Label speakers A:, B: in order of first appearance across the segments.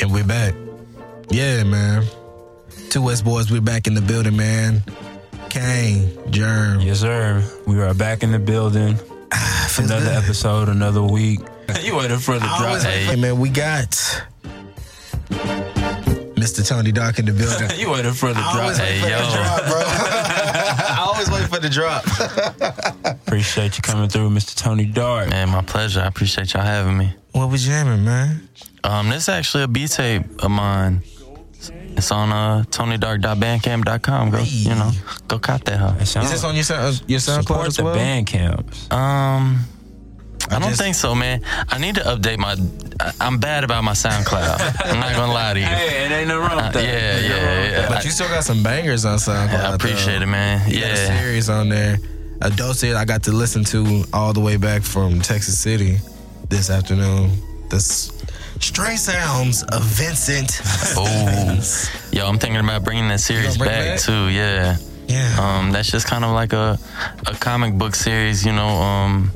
A: And we're back. Yeah, man. Two West Boys, we're back in the building, man. Kane, Germ.
B: Yes, sir. We are back in the building.
A: Feels
B: Another
A: good.
B: episode, another week. you waited for the
A: I
B: drop.
A: was- Hey, man, we got Mr. Tony Dark in the building.
B: you waited for the
A: I
B: drop.
A: always wait for the drop, bro. I always wait for the drop.
B: Appreciate you coming through, Mr. Tony Dart.
C: Man, my pleasure. I appreciate y'all having me.
A: What we jamming, man?
C: Um, this is actually a B tape of mine. It's on uh, TonyDark.bandcamp.com. Go, you know, go cop
B: That
C: that hoe.
B: sounds-
A: Is this on your sound, your SoundCloud
B: support
A: as
B: the
A: well?
B: band camps.
C: Um, I don't
A: just-
C: think so, man. I need to update my. I- I'm bad about my SoundCloud. I'm not gonna lie to you.
B: Hey, it ain't no wrong
C: Uh,
B: with that.
C: yeah,
B: Ain't nothing wrong
C: yeah,
B: with
C: yeah.
B: that.
A: But you still got some bangers on SoundCloud.
C: I appreciate it, man.
A: You got a
C: Yeah,
A: series on there. A dope series I got to listen to all the way back from Texas City this afternoon. The s- straight sounds of Vincent.
C: Oh. yo, I'm thinking about bringing that series
A: bring it
C: back,
A: back?
C: too. Yeah,
A: yeah.
C: um, that's just kind of like a a comic book series, you know. Um,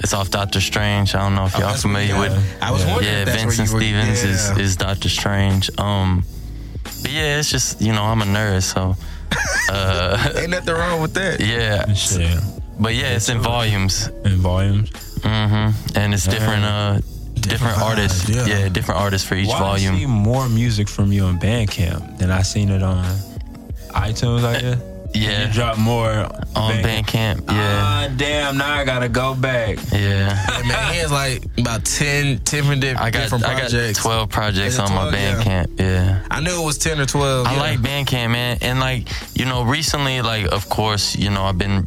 C: it's off Doctor Strange. I don't know if y'all
A: Oh, that's what we
C: familiar
A: got.
C: with.
A: I was wondering
C: yeah,
A: if that's
C: Vincent
A: where you were,
C: Stevens
A: yeah.
C: is, is Doctor Strange. Um, but yeah, it's just you know I'm a nerd, so uh,
A: Ain't nothing wrong with that.
C: yeah.
B: Shit.
C: But yeah, it's in volumes, Mm-hmm.
B: In volumes.
C: and it's different uh different,
A: vibes,
C: artists.
A: yeah.
C: Yeah. different artists for each
B: Why I see
C: volume.
B: more music from you on Bandcamp than I seen it on iTunes, I guess. You
C: Yeah,
B: drop more
C: on Bandcamp.
A: Uh,
C: Yeah,
B: Ah, damn, now I gotta go back.
C: yeah.
A: Hey, man, he has like about 10, 10 different,
C: I got
A: different
C: I got
A: projects.
C: twelve projects
A: Is it
C: on my
A: 12? Yeah.
C: Bandcamp. Yeah.
A: I knew it was 10 or 12.
C: I
A: yeah.
C: like Bandcamp, man. And like, you know, recently, like, of course, you know, I've been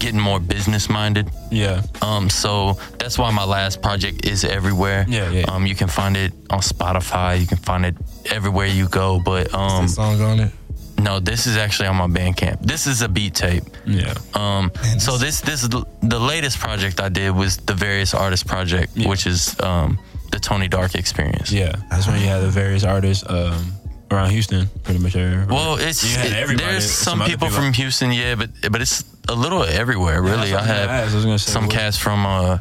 C: getting more business minded.
B: Yeah.
C: Um, so that's why my last project is everywhere.
B: Yeah, yeah.
C: Um, you can find it on Spotify. You can find it everywhere you go. But um,
A: the song on it.
C: no, this is actually on my Bandcamp. This is a beat tape.
B: Yeah.
C: Um,
A: Man,
C: so this this is the the latest project I did was the various artists project,
B: Yeah.
C: which is um the Tony Dark experience.
B: Yeah. That's when you had the various artists um, around Houston, pretty much. everywhere.
C: Well, it's
B: You had
C: it-
B: everybody,
C: there's
B: some
C: some,
B: other
C: people,
B: people.
C: from Houston, yeah, but but it's a little everywhere, really.
B: That's what
C: I
B: I'm gonna
C: had
B: ask. I was gonna say,
C: some
B: what-
C: cats from uh,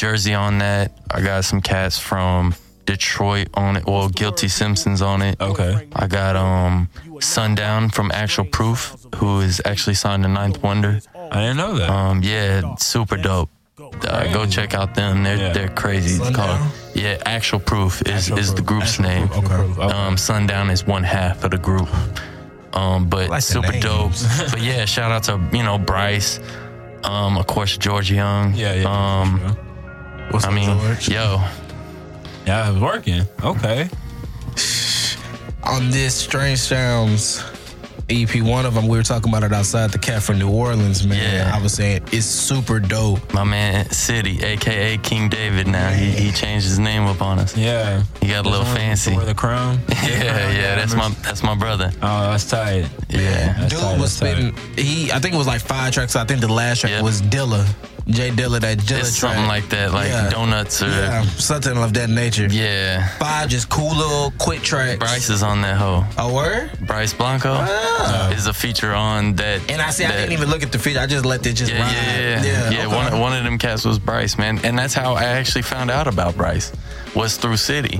C: Jersey on that. I got some cats from Detroit on it. Well, Guilty Simpsons on it.
B: Okay.
C: I got um Sundown from Actual Proof, who is actually signed to Ninth Wonder.
B: I didn't know that.
C: Um, yeah, super dope. Uh, go check out them. They're
B: Yeah.
C: they're crazy. It's called
A: Sundown?
C: yeah. Actual Proof is
B: Actual
C: is the
B: Proof.
C: group's
B: Actual
C: name.
B: Proof. Okay. Okay.
C: Um, Sundown is one half of the group. Um, but
A: like the
C: super
A: names.
C: dope. but yeah, shout out to you know Bryce. Um, of course George Young.
B: yeah, yeah.
C: Um,
B: yeah.
A: What's
C: I
A: up,
C: mean,
A: George?
C: yo,
B: Yeah, it was working. Okay.
A: on this Strange Sounds EP, one of them, we were talking about it outside the cat from New Orleans, man.
C: Yeah.
A: I was saying it's super dope.
C: my man City, aka King David. Now he he changed his name up on us.
B: Yeah.
C: He got a little
B: Someone
C: fancy.
B: Wear the crown.
C: Yeah, yeah, that's my that's my brother.
B: Oh, that's tight.
C: Yeah,
B: That's
A: Dude
B: tight,
A: was
B: that's tight.
A: spitting. He, I think it was like five tracks. I think the last track
C: Yeah.
A: was Dilla, Jay Dilla, that Dilla
C: it's
A: track,
C: something like that, like
A: Yeah.
C: donuts or
A: yeah,
C: yeah.
A: something of that nature. Five just cool little quick tracks.
C: Bryce is on that hoe.
A: a word.
C: Bryce Blanco
A: Ah.
C: is a feature on that.
A: And I see, I
C: that-
A: didn't even look at the feature. I just let it just
C: Yeah,
A: ride.
C: yeah, yeah.
A: okay.
C: Yeah, one, one of them cats was Bryce, man. And that's how I actually found out about Bryce was through City.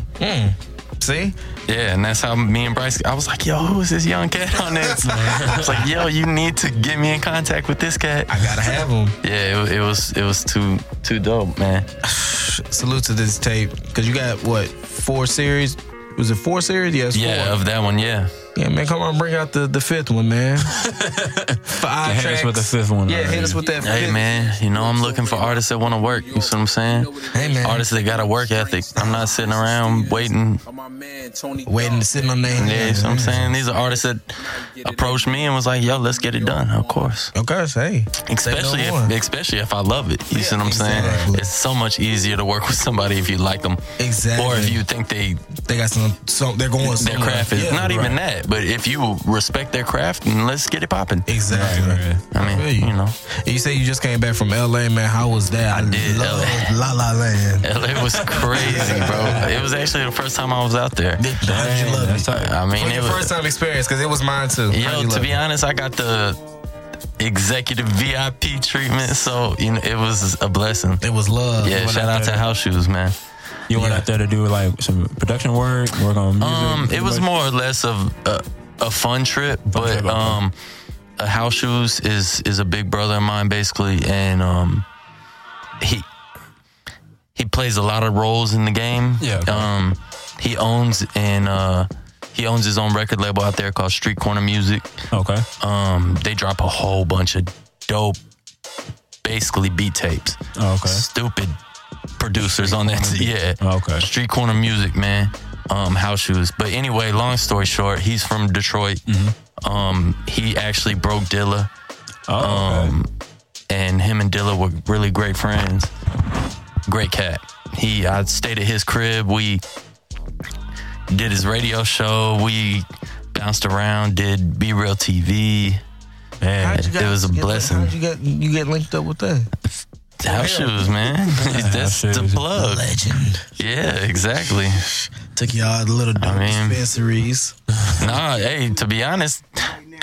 A: See,
C: Yeah, and that's how me and Bryce, I was like, yo, who is this young cat on this? I was like, yo, you need to get me in contact with this cat.
A: I gotta have him.
C: Yeah, it, it was it was too too dope, man.
A: Salute to this tape because you got what four series? Was it four series? Yes,
C: Yeah, of that one, yeah.
A: Yeah, man, come on, bring out the, the fifth one, man. Five
B: Hit
A: tracks.
B: us with the fifth one.
A: Yeah, hit us with that
C: Hey
A: fifth.
C: man, you know I'm looking for artists that want to work. You see what I'm saying?
A: Hey, man.
C: Artists that got a work ethic. I'm not sitting around waiting.
D: My man, Tony
A: Waiting to sit on name.
C: Yeah, you see what I'm saying? These are artists that approached me and was like, yo, let's get it done. Of course.
A: Okay, say.
C: Especially
A: Say no
C: if,
A: more.
C: especially if I love it. You see what I'm saying?
A: exactly.
C: It's so much easier to work with somebody if you like them,
A: Exactly.
C: or if you think they
A: They got some, so they're going
C: their
A: somewhere.
C: craft is
A: Yeah,
C: not even
A: right.
C: that. But if you respect their craft, then let's get it popping.
A: Exactly.
B: Right, right, right.
C: I mean,
A: feel you.
C: you know,
A: And you say you just came back from LA, man. How was that? I,
C: did
A: love La
C: LA.
A: La Land.
C: it was crazy, bro. It was actually the first time I was out there.
A: How did you love it?
B: That's tight.
C: I mean,
A: What's
C: it
A: your
C: was
A: first time experience? Because it was mine too. How
C: Yo,
A: you
C: to
A: love
C: be
A: it?
C: honest, I got the executive VIP treatment. So you know, it was a blessing.
A: It was love.
C: Yeah,
A: When
C: shout
A: I-
C: out to House Shoes, man.
B: You went
A: Yeah.
B: out there to do like some production work, work on music.
C: Um, it
B: pretty
C: was
B: much?
C: more or less of a, a fun trip, but
B: trip, okay.
C: um, uh, House Shoes is is a big brother of mine basically, and um, he he plays a lot of roles in the game.
B: Yeah, okay.
C: Um, he owns and uh, he owns his own record label out there called Street Corner Music.
B: okay. Oh,
C: Um, they drop a whole bunch of dope, basically beat tapes.
B: Oh, okay.
C: Stupid producers on that. Yeah.
B: Oh, okay.
C: Street corner music, man. Um, house shoes. But anyway, long story short, he's from Detroit.
B: Mm-hmm.
C: Um, he actually broke Dilla,
B: Oh, okay.
C: um, and him and Dilla were really great friends. Great cat. He, I stayed at his crib. We did his radio show. We bounced around. Did Be Real TV. Man,
A: How'd you
C: it was a
A: guys get-
C: blessing.
A: How'd you get you get linked up with that
C: House shoes, man. That's
B: House
C: the
B: shoes.
C: plug.
A: legend?
C: Yeah, exactly.
A: Took y'all to little dope
C: mean-
A: dispensaries.
C: Nah, hey, to be honest,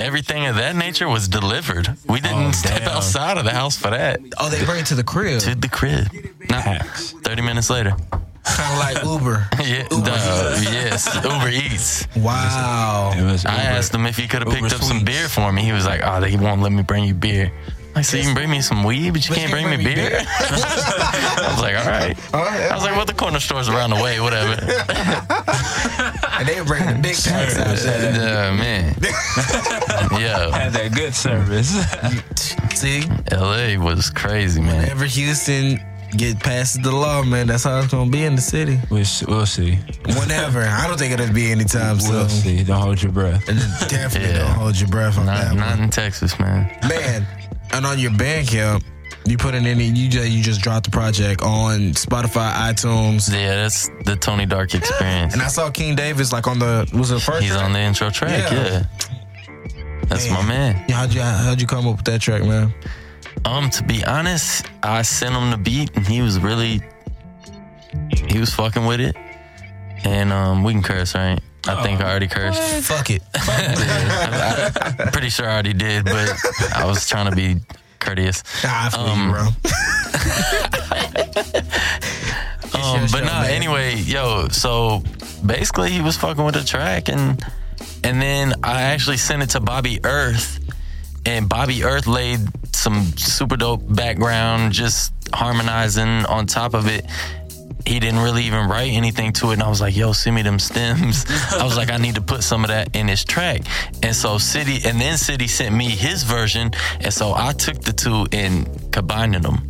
C: everything of that nature was delivered. We didn't
B: Oh,
C: step
B: damn.
C: outside of the house for that.
A: Oh, they bring it to the crib.
C: To the crib. Nah,
B: Hacks.
C: 30 minutes later.
A: Kind of like Uber.
C: Yeah, duh, yes, Uber Eats.
B: It
A: Wow.
B: was.
C: I
B: Uber.
C: asked him if he could have
B: Uber
C: picked up some
B: Sweets.
C: beer for me. He was like, oh, they won't let me bring you beer. I said, you can bring me some weed, but you can't bring me beer? I was like, all right.
A: Oh,
C: I was like, well, the corner store's around the way, whatever.
A: And they bring the big packs out there.
C: Yeah, man. yeah,
B: Had that good service.
A: See,
C: LA was crazy, man.
A: whenever Houston get past the law, man, that's how it's gonna be in the city.
B: we'll, s- we'll see.
A: Whenever, I don't think it'll be anytime
B: We'll
A: soon.
B: see. Don't hold your breath.
A: And Definitely
C: Yeah.
A: don't hold your breath on that
C: Not,
A: one.
C: not in Texas, man.
A: man. And on your Bandcamp, you put in any you just you just dropped the project on Spotify, iTunes,
C: Yeah, that's the Tony Dark experience.
A: and I saw King Davis like on the was it the first?
C: He's on the intro track,
A: Yeah.
C: yeah. That's my man.
A: Yeah, How'd you how'd you come up with that track, man?
C: Um, to be honest, I sent him the beat and he was really he was fucking with it. And um we can curse, right? I think
A: Oh.
C: I already cursed.
A: Fuck it.
C: Yeah, I, I'm pretty sure I already did, but I was trying to be courteous.
A: Nah, I feel you, bro.
C: Um,
A: It's your
C: but
A: show,
C: no,
A: man.
C: anyway, yo, so basically he was fucking with the track and and then I actually sent it to Bobby Earth and Bobby Earth laid some super dope background just harmonizing on top of it. He didn't really even write anything to it and I was like, yo, send me them stems. I was like, I need to put some of that in his track. And so City and then City sent me his version and so I took the two and combined them.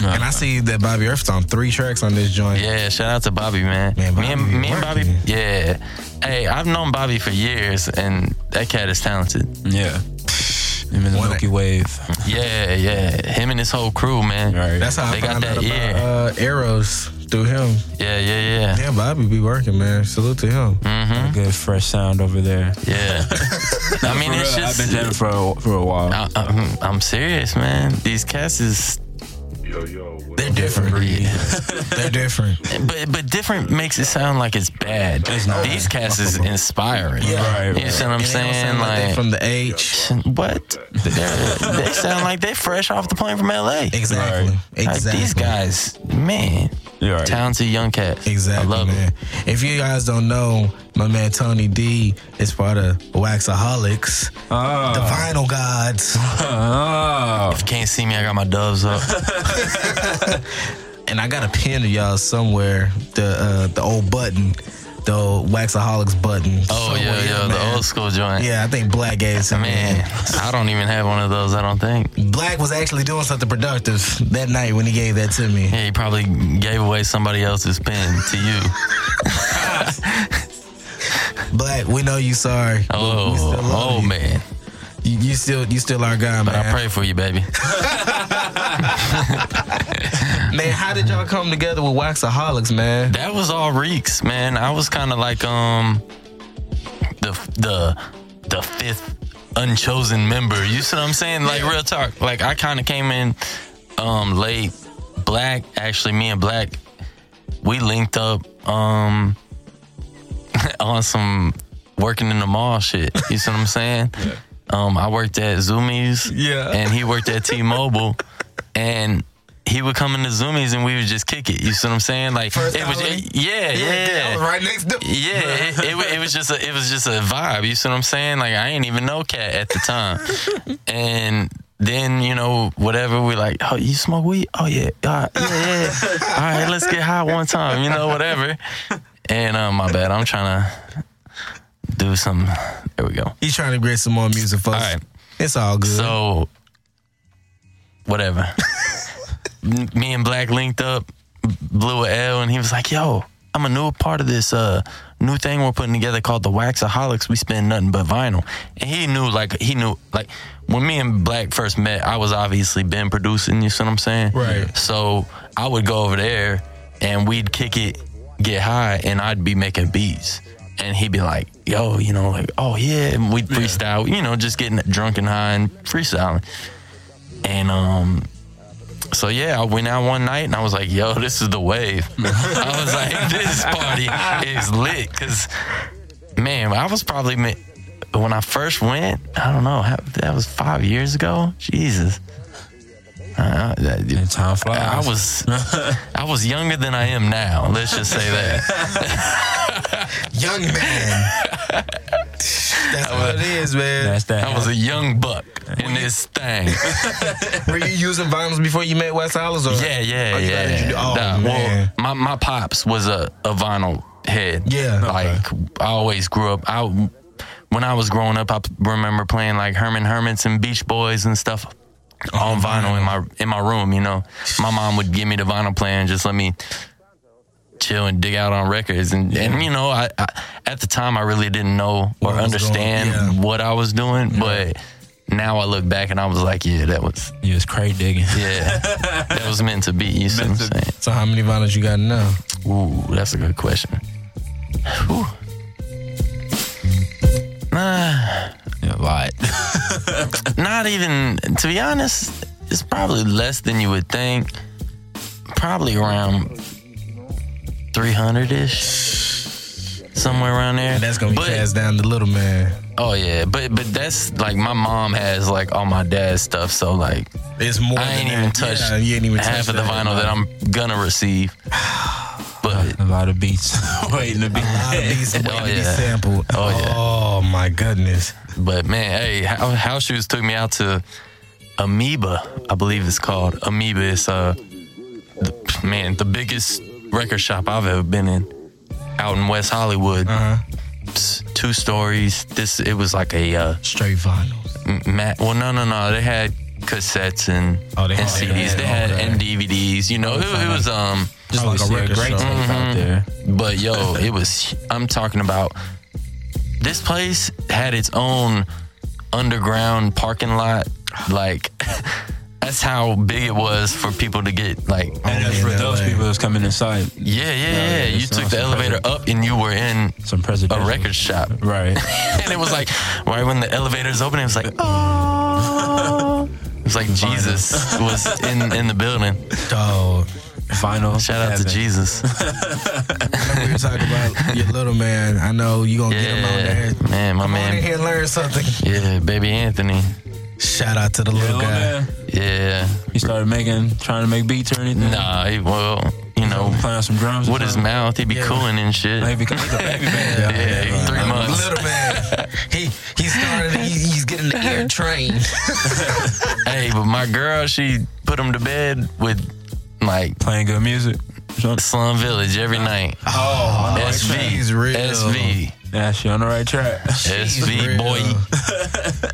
A: And I see that Bobby Earth's on three tracks on this joint.
C: Yeah, shout out to Bobby, man.
A: Man,
C: me
A: Bobby
C: and me and Bobby,
A: working.
C: yeah. Hey, I've known Bobby for years, and that cat is talented.
B: Yeah. Him in the
A: One
B: Milky
A: that-
B: Wave.
C: Yeah, yeah. Him and his whole crew, man.
B: Right.
A: That's how
C: They
A: I
C: got
A: found out
C: that
A: about uh,
C: ear.
A: Arrows through him.
C: Yeah, yeah, yeah.
A: Yeah, Bobby be working, man. Salute to him.
C: Mm.
B: a good fresh sound over there.
C: Yeah. I mean,
B: For
C: it's
B: real, I've been jamming
C: just.
B: for a, for a while.
C: I, I'm, I'm serious, man. These cats is,
A: They're different. They're different.
C: but but different makes it sound like it's bad. These cats is inspiring.
B: Right,
C: You see
A: And they
B: right.
C: what I'm
A: don't
C: saying?
A: sound like they
C: Like,
A: from the H.
C: what? They're- they sound like they fresh off the plane from L.A.
A: Exactly.
C: Like,
A: Exactly.
C: these guys, man,
B: You're right.
C: talented young cats.
A: Exactly,
C: I love
A: man.
C: them.
A: If you guys don't know, my man Tony D is part of Waxaholics,
C: Uh.
A: the
B: Oh,
A: Vinyl Gods,
B: oh.
C: Can't see me. I got my doves up.
A: and I got a pin of y'all somewhere. The uh, the old button, the old Waxaholics button.
C: Oh
A: somewhere,
C: yeah, yeah, the
A: man.
C: old school joint.
A: Yeah, I think Black gave some.
C: Man,
A: Man,
C: I don't even have one of those. I don't think.
A: Black was actually doing something productive that night when he gave that to me.
C: Yeah, he probably gave away somebody else's pen to you.
A: Black, we know you sorry. but we
C: Oh,
A: still love
C: oh
A: you.
C: man.
A: you, you still you still our guy,
C: But I
A: man.
C: pray for you, baby.
A: man, how did y'all come together with Waxaholics, man?
C: That was all reeks, man. I was kind of like um the the the fifth unchosen member. You see what I'm saying? Like real talk. Like I kind of came in um late. Black, actually, me and Black, we linked up um on some working in the mall shit. You see what I'm saying? Um, I worked at Zoomies.
A: Yeah.
C: And he worked at T-Mobile, and he would come into Zoomies and we would just kick it. You see what I'm saying? Like
A: First
C: it was,
A: hour?
C: it- yeah, yeah,
A: I was right next to
C: yeah, it, it, wa- it was just a, it was just a vibe. You see what I'm saying? Like I didn't even know Cat at the time, and then you know whatever we like. Oh, you smoke weed? Oh yeah, God, yeah, yeah. yeah. All right, let's get high one time. You know whatever. And um, my bad. I'm trying to do some. There we go.
A: He's trying to create some more music for us.
C: All right.
A: It's all good.
C: So whatever. M- Me and Black linked up, blew a L, and he was like, "Yo, I'm a new part of this uh new thing we're putting together called the Waxaholics. We spin nothing but vinyl." And he knew, like, he knew, like, when me and Black first met, I was obviously been producing. You see what I'm saying?
A: Right.
C: So I would go over there, and we'd kick it, get high, and I'd be making beats. And he'd be like, yo, you know, like, oh yeah. And we'd freestyle, you know, just getting drunk and high and freestyling. And um, so yeah, I went out one night and I was like, "Yo, this is the wave." I was like, "This party is lit," because man, I was probably ma- when I first went. I don't know, how, that was five years ago. Jesus, Uh, that-
B: And time flies.
C: I was I was younger than I am now. Let's just say that.
A: Young man. That's what it is, man.
B: That's that.
C: I was a young buck in this thing.
A: Were you using vinyls before you met Wes Hollis? Or?
C: Yeah, yeah,
A: Oh, you got
C: yeah.
A: introdu- oh,
C: Nah,
A: man.
C: Well, my, my pops was a, a vinyl head.
A: Yeah.
C: Like, I always grew up. I, when I was growing up, I p- remember playing like Herman Hermits and Beach Boys and stuff
A: Oh,
C: on vinyl in my in my room, you know. My mom would give me the vinyl player and just let me chill and dig out on records and, and you know I, I at the time I really didn't know or
A: What was going-
C: understand
A: yeah.
C: what I was doing but now I look back and I was like yeah that was
B: You was crate digging.
C: yeah, that was meant to be. You see what I'm
B: Meant
C: saying?
A: So how many vinyls you got now?
C: Ooh, that's a good question. Ooh. Nah,
B: A lot.
C: not even. To be honest, it's probably less than you would think. Probably around 300 ish, somewhere around there.
A: And that's gonna be
C: But-
A: passed down to little man.
C: Oh yeah, but but that's like my mom has like all my dad's stuff, so like
A: It's more.
C: I
A: than
C: ain't
A: that.
C: even touched
A: Yeah, you ain't even
C: half
A: touched
C: of the vinyl that I'm gonna receive. But
B: A lot of beats waiting to be.
A: A lot of beats waiting to be
C: Oh, yeah.
A: sampled.
C: Oh, yeah.
A: Oh my goodness.
C: But man, hey, how, how shoes took me out to Amoeba, I believe it's called. Amoeba is uh, the, man, the biggest record shop I've ever been in, out in West Hollywood.
A: Uh huh.
C: It's Two stories. This it was like a uh,
A: Straight vinyls.
C: m- mat. Well, no, no, no. They had cassettes and
A: Oh, they
C: and
A: had-
C: CDs.
A: they
C: They
A: had
C: had
A: all
C: and DVDs. You know, it, it was um.
B: Just
A: Oh,
B: like
A: like a
B: a
A: record
B: record great
A: store.
B: stuff
C: Mm-hmm.
B: out there.
C: But yo, it was. I'm talking about. This place had its own underground parking lot. Like, that's how big it was for people to get. Like,
B: And that's for
A: in
B: those
A: LA.
B: people that's coming inside.
C: yeah, yeah, yeah.
B: yeah,
C: You
B: it's
C: took the
B: awesome.
C: elevator up and you were in
B: Some presidential.
C: a record shop.
B: Right.
C: and it was like, right when the elevator's open, it was like, oh. It was like Jesus was in, in the building.
A: Dog.
B: Final.
C: Shout out to Jesus.
A: we were talking about your little man. I know you gonna get him on
C: Yeah,
A: there.
C: man, my
A: Come on in
C: man.
A: here and learn something.
C: Yeah, baby Anthony.
A: Shout out to the little guy.
C: Yeah.
B: He started making, trying to make beats or anything.
C: Nah, he, well, you know,
B: Playing some drums. or
C: with his
B: something?
C: mouth, he be
A: Yeah.
C: cooling and shit.
B: Maybe because he's a baby band.
C: Yeah, three
A: Uh,
C: months.
A: Little man. He he started. He, he's getting the ear trained.
C: Hey, but my girl, she put him to bed with like
B: Playing good music. Some-
C: Slum Village every night.
A: Oh,
C: SV,
A: He's real.
C: SV,
B: Yeah, she on the right track.
C: SV, boy.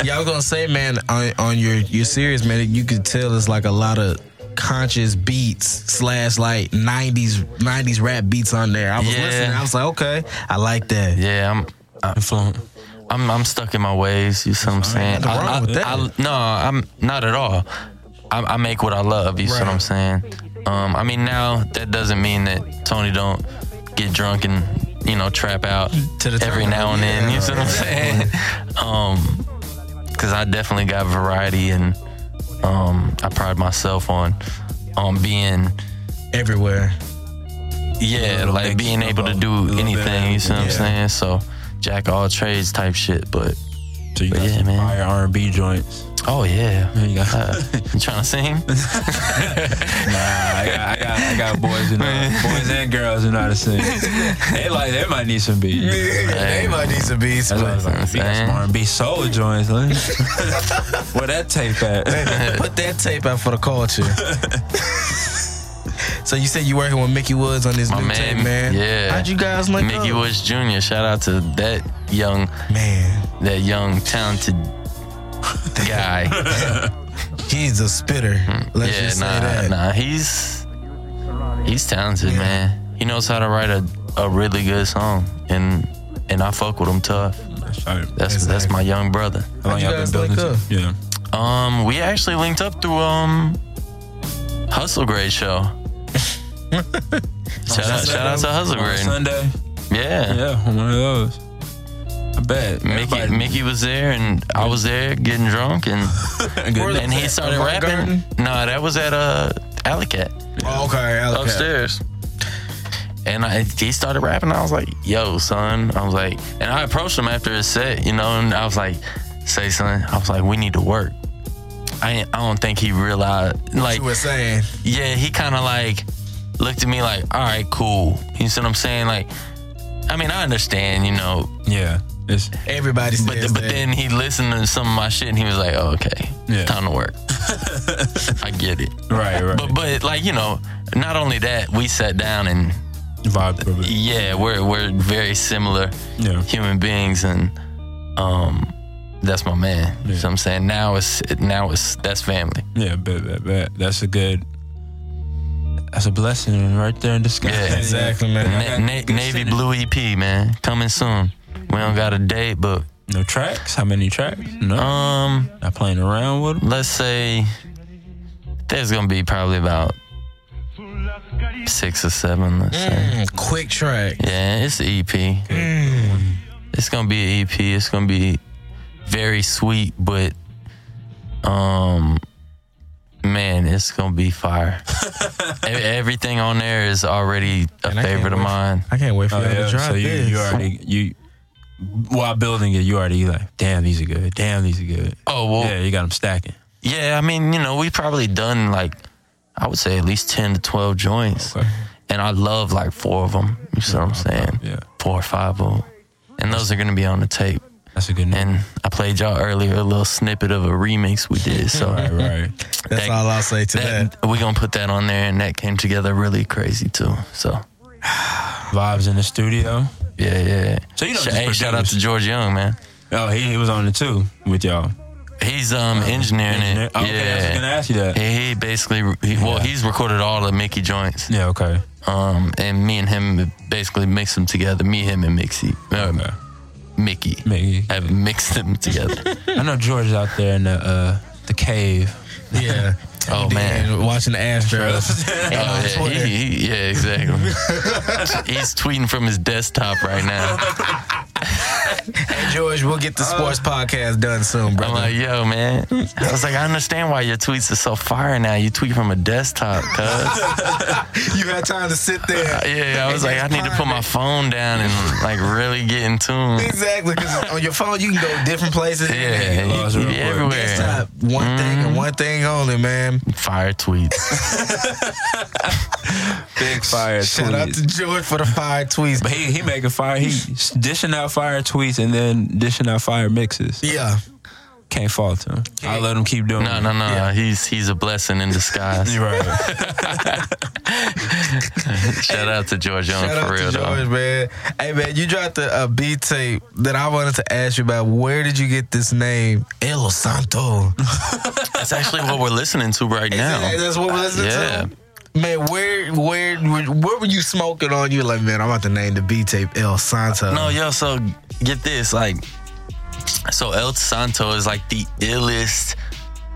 A: Yeah, I was gonna say, man, on, on your your series, man, you could tell it's like a lot of conscious beats slash like 90s 90s rap beats on there. I was
C: Yeah.
A: listening. I was like, okay, I like that.
C: Yeah, I'm.
B: Influence.
C: I'm I'm stuck in my ways. You see what I'm saying?
A: nothing
C: I-
A: wrong
C: I-
A: with that.
C: I- no, I'm not at all. I, I make what I love. You see what
A: Right.
C: I'm saying? Um, I mean now that doesn't mean that Tony don't get drunk and you know trap out
A: To the
C: every
A: top.
C: now and then.
A: Yeah,
C: you see what I'm saying? um, because I definitely got variety and um, I pride myself on on being
A: Everywhere.
C: yeah,
B: little
C: like
B: mix,
C: being
B: a
C: able to
B: little- a
C: do
B: little bit of
C: anything. You see what I'm
A: everything.
C: saying? So jack all trades type shit, but.
B: So you got
C: yeah,
B: some
C: man.
B: fire R and B joints.
C: Oh yeah.
B: Man, you got-
C: Uh, you trying to sing?
B: Nah, I got, I got, I got boys who know, boys and girls who know how to sing. They like, they might need some beats.
A: They might need some beats.
B: That's why I was
A: But
B: like, you got some R and B soul joints. Let me, where that tape at?
A: put that tape out for the culture. so you said you working with Mickey Woods on this
C: My
A: new
C: man,
A: tape, man.
C: yeah.
A: How'd you guys link
C: Mickey
A: up?
C: Woods Jr. Shout out to that young,
A: Man,
C: that young talented guy.
A: he's a spitter. Let's
C: Hmm. yeah,
A: just say
C: nah,
A: that.
C: nah. He's he's talented, man. He knows how to write a, a really good song, and and I fuck with him tough. That's that's my young brother.
B: How long
A: How'd you
B: y'all been
A: guys
B: building?
A: link
B: to-
A: up?
B: Yeah.
C: Um, we actually linked up through um Hustle Grade show. shout out, shout out to Hustle
B: On
C: Grade.
B: Sunday.
C: Yeah.
B: Yeah, on one of those. I bet.
C: Mickey,
B: Everybody-
C: Mickey was there, and I was there getting drunk, and
B: Good
C: and he started
A: Rock
C: rapping.
A: Garden?
C: No, that was at uh Alley Cat
A: Oh, okay, okay.
C: upstairs. And I, he started rapping. I was like, "Yo, son." I was like, and I approached him after his set, you know, and I was like, "Say, son." I was like, "We need to work." I ain't- I don't think he realized like
A: You were saying,
C: yeah, he kind of like looked at me like, all right, cool. You see what I'm saying? Like, I mean, I understand, you know,
B: Yeah. It's,
A: everybody says
C: but th- but
A: that.
C: then he listened to some of my shit and he was like, oh, okay,
B: Yeah.
C: time to work. I get it.
B: right, right.
C: But but like you know, not only that, we sat down and
B: Vibe of it.
C: yeah, we're we're very similar
B: Yeah.
C: human beings and um. That's my man. You know what I'm saying? Now it's now it's that's family.
B: Yeah, bet, bet, bet. That's a good. That's a blessing right there in disguise.
C: Yeah,
A: exactly, man.
B: I got
C: Na- Na-
B: good
C: Navy
B: singing.
C: Blue EP, man, coming soon. We don't got a date, but
B: No tracks? How many tracks? No.
C: um,
B: Not playing around with them.
C: let's say there's gonna be probably about six or seven. Let's say.
A: Mm, quick track.
C: Yeah, it's an EP. It's gonna be an EP. It's gonna be very sweet, but um, man, it's gonna be fire. E- Everything on there is already a
A: And I can't
C: favorite of
A: wait-
C: mine.
A: I can't wait for
B: Oh,
A: y'all
B: yeah.
A: to drop
B: So you,
A: this.
B: you already, you, while building it, you already like, damn, these are good. Damn, these are good.
C: Oh well,
B: Yeah, you got them stacking.
C: Yeah, I mean, you know, we probably done like I would say at least ten to twelve joints,
B: Okay.
C: and I love like four of them. You see what I'm saying?
B: Yeah.
C: Four or five of them, and those are gonna be on the tape.
B: That's a good name.
C: And I played y'all earlier a little snippet of a remix we did, so
B: Right, right.
A: That's
C: that-
A: all I'll say to that.
C: that, we gonna put that on there, and that came together really crazy too. So
B: Vibes in the studio.
C: yeah, yeah.
B: So you don't
C: Sh-
B: just
C: hey, shout out
B: produce.
C: to George Young, man.
B: Oh, he, he was on it too with y'all.
C: He's um engineering
B: Oh, Okay,
C: it.
B: I was
C: yeah.
B: gonna ask you that.
C: He- He basically, he, well,
B: Yeah.
C: he's recorded all the Mickey joints.
B: Yeah, okay.
C: Um, and me and him basically mix them together. Me, him, and Mixie. Uh,
B: Okay.
C: Mickey.
B: Mickey.
C: I've mixed them together.
B: I know George is out there in the uh, the cave.
A: Yeah.
C: Oh,
A: And
C: man.
A: watching the Astros.
C: Oh, yeah, he- he- yeah, exactly. He's tweeting from his desktop right now.
A: hey, George, we'll
B: Uh,
A: get the sports podcast done soon,
C: I'm
A: brother.
C: like, yo, man. I was like, I understand why your tweets are so fire now. You tweet from a desktop, cuz.
A: you had time to sit there.
C: Yeah, I was like, I need to put my phone down and like really get in tune.
A: Exactly, because on your phone you can go different places.
C: Yeah,
B: Oh, it's
C: you-
B: real
C: you
B: quick.
C: everywhere.
A: Desktop, one thing and one thing only, man.
C: Fire tweets.
B: Big fire
A: Shout out to George for the fire tweets.
B: but he he making fire. He dishing out fire tweets and then dishing out fire mixes.
A: Yeah,
B: Can't fault him. I let him keep doing.
C: No,
B: it.
C: no, no. He's he's a blessing in disguise.
B: You're right.
C: Shout out to George Young
A: shout
C: Oh, for
A: out
C: real
A: to George,
C: though.
A: man. Hey, man, you dropped a, a B tape that I wanted to ask you about. Where did you get this name, El Santo?
C: That's actually what we're listening to right
A: Hey,
C: now.
A: that's what we're listening
C: Yeah.
A: to. Man, where, where, where, were you smoking on? You like, man, I'm about to name the B tape El Santo.
C: No, yo, so get this, like, so El Santo is like the illest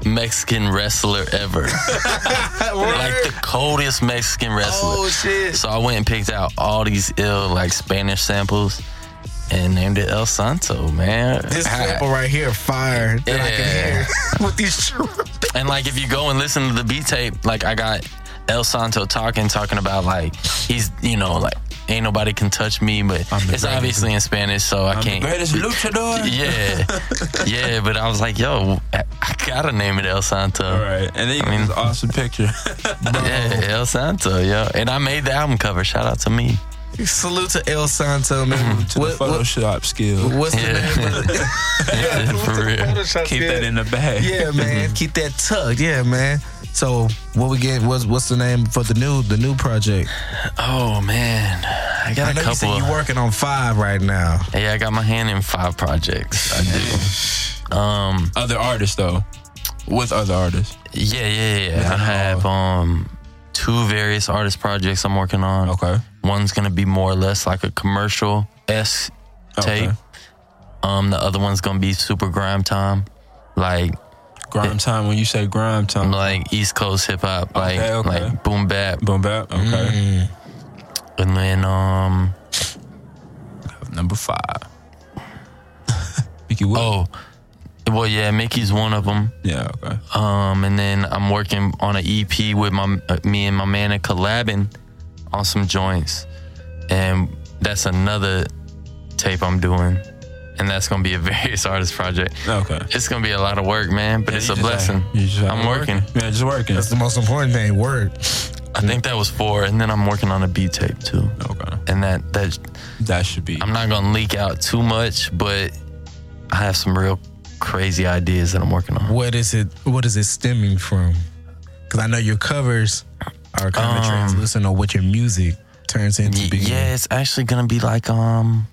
C: Mexican wrestler ever, like the coldest Mexican wrestler.
A: oh shit.
C: So I went and picked out all these ill like Spanish samples and named it El Santo, man.
A: This sample right here, fire that I
C: Yeah.
A: can hear with these trumpets.
C: And like if you go and listen to the B tape, like I got El Santo talking, talking about like he's you know like Ain't Nobody Can Touch Me, but
B: the
C: it's
B: greatest.
C: obviously in Spanish, so I can't.
B: Greatest luchador.
C: Yeah, yeah, but I was like, yo, I, I gotta name it El Santo.
B: All right, and then you
C: I mean-
B: got this awesome picture.
C: Yeah, El Santo, yo. And I made the album cover. Shout out to me.
A: Salute to El Santo, man.
B: to
A: What-
B: the
A: what-
B: Photoshop skill.
A: what's the
C: Yeah.
A: name of the
C: Yeah, for real.
B: Keep that in the bag.
A: Yeah, man. Keep that tucked. Yeah, man. So what we get? What's what's the name for the new the new project?
C: Oh man, I
A: I
C: got
A: know you
C: a couple.
A: said
C: of-
A: you're working on five right now.
C: Hey, I got my hand in five projects. I do. Um,
B: Other artists though, with other artists.
C: yeah, yeah, yeah. I have um two various artist projects I'm working on.
B: Okay.
C: One's gonna be more or less like a commercial s
B: Okay.
C: tape. Um, the other one's gonna be super grime time, like
B: Grime time. When you say grime time,
C: like East Coast hip hop, like
B: Okay, okay.
C: like boom bap,
B: boom bap.
C: Mm-hmm.
B: Okay.
C: and then um
B: Number five. Mickey Wood.
C: oh, well yeah, Mickey's one of them.
B: Yeah. Okay.
C: Um, and then I'm working on an EP with my uh, me and my man are collabing on some joints, and that's another tape I'm doing, and that's gonna be a various artist project.
B: Okay.
C: It's gonna be a lot of work, man, but
B: Yeah,
C: it's
B: you
C: a
B: just
C: blessing.
B: out- you just out
C: I'm
B: here
C: working.
B: Yeah, just working.
A: That's the most important thing. Word.
C: I think that was four, and then I'm working on a B tape too,
B: Okay.
C: and that that
B: That should be.
C: I'm not gonna leak out too much, but I have some real crazy ideas that I'm working on.
A: What is it? What is it stemming from? Because I know your covers are kind of
C: Um,
A: translucent on what your music turns into.
C: Y-
A: being.
C: yeah, it's actually gonna be like um.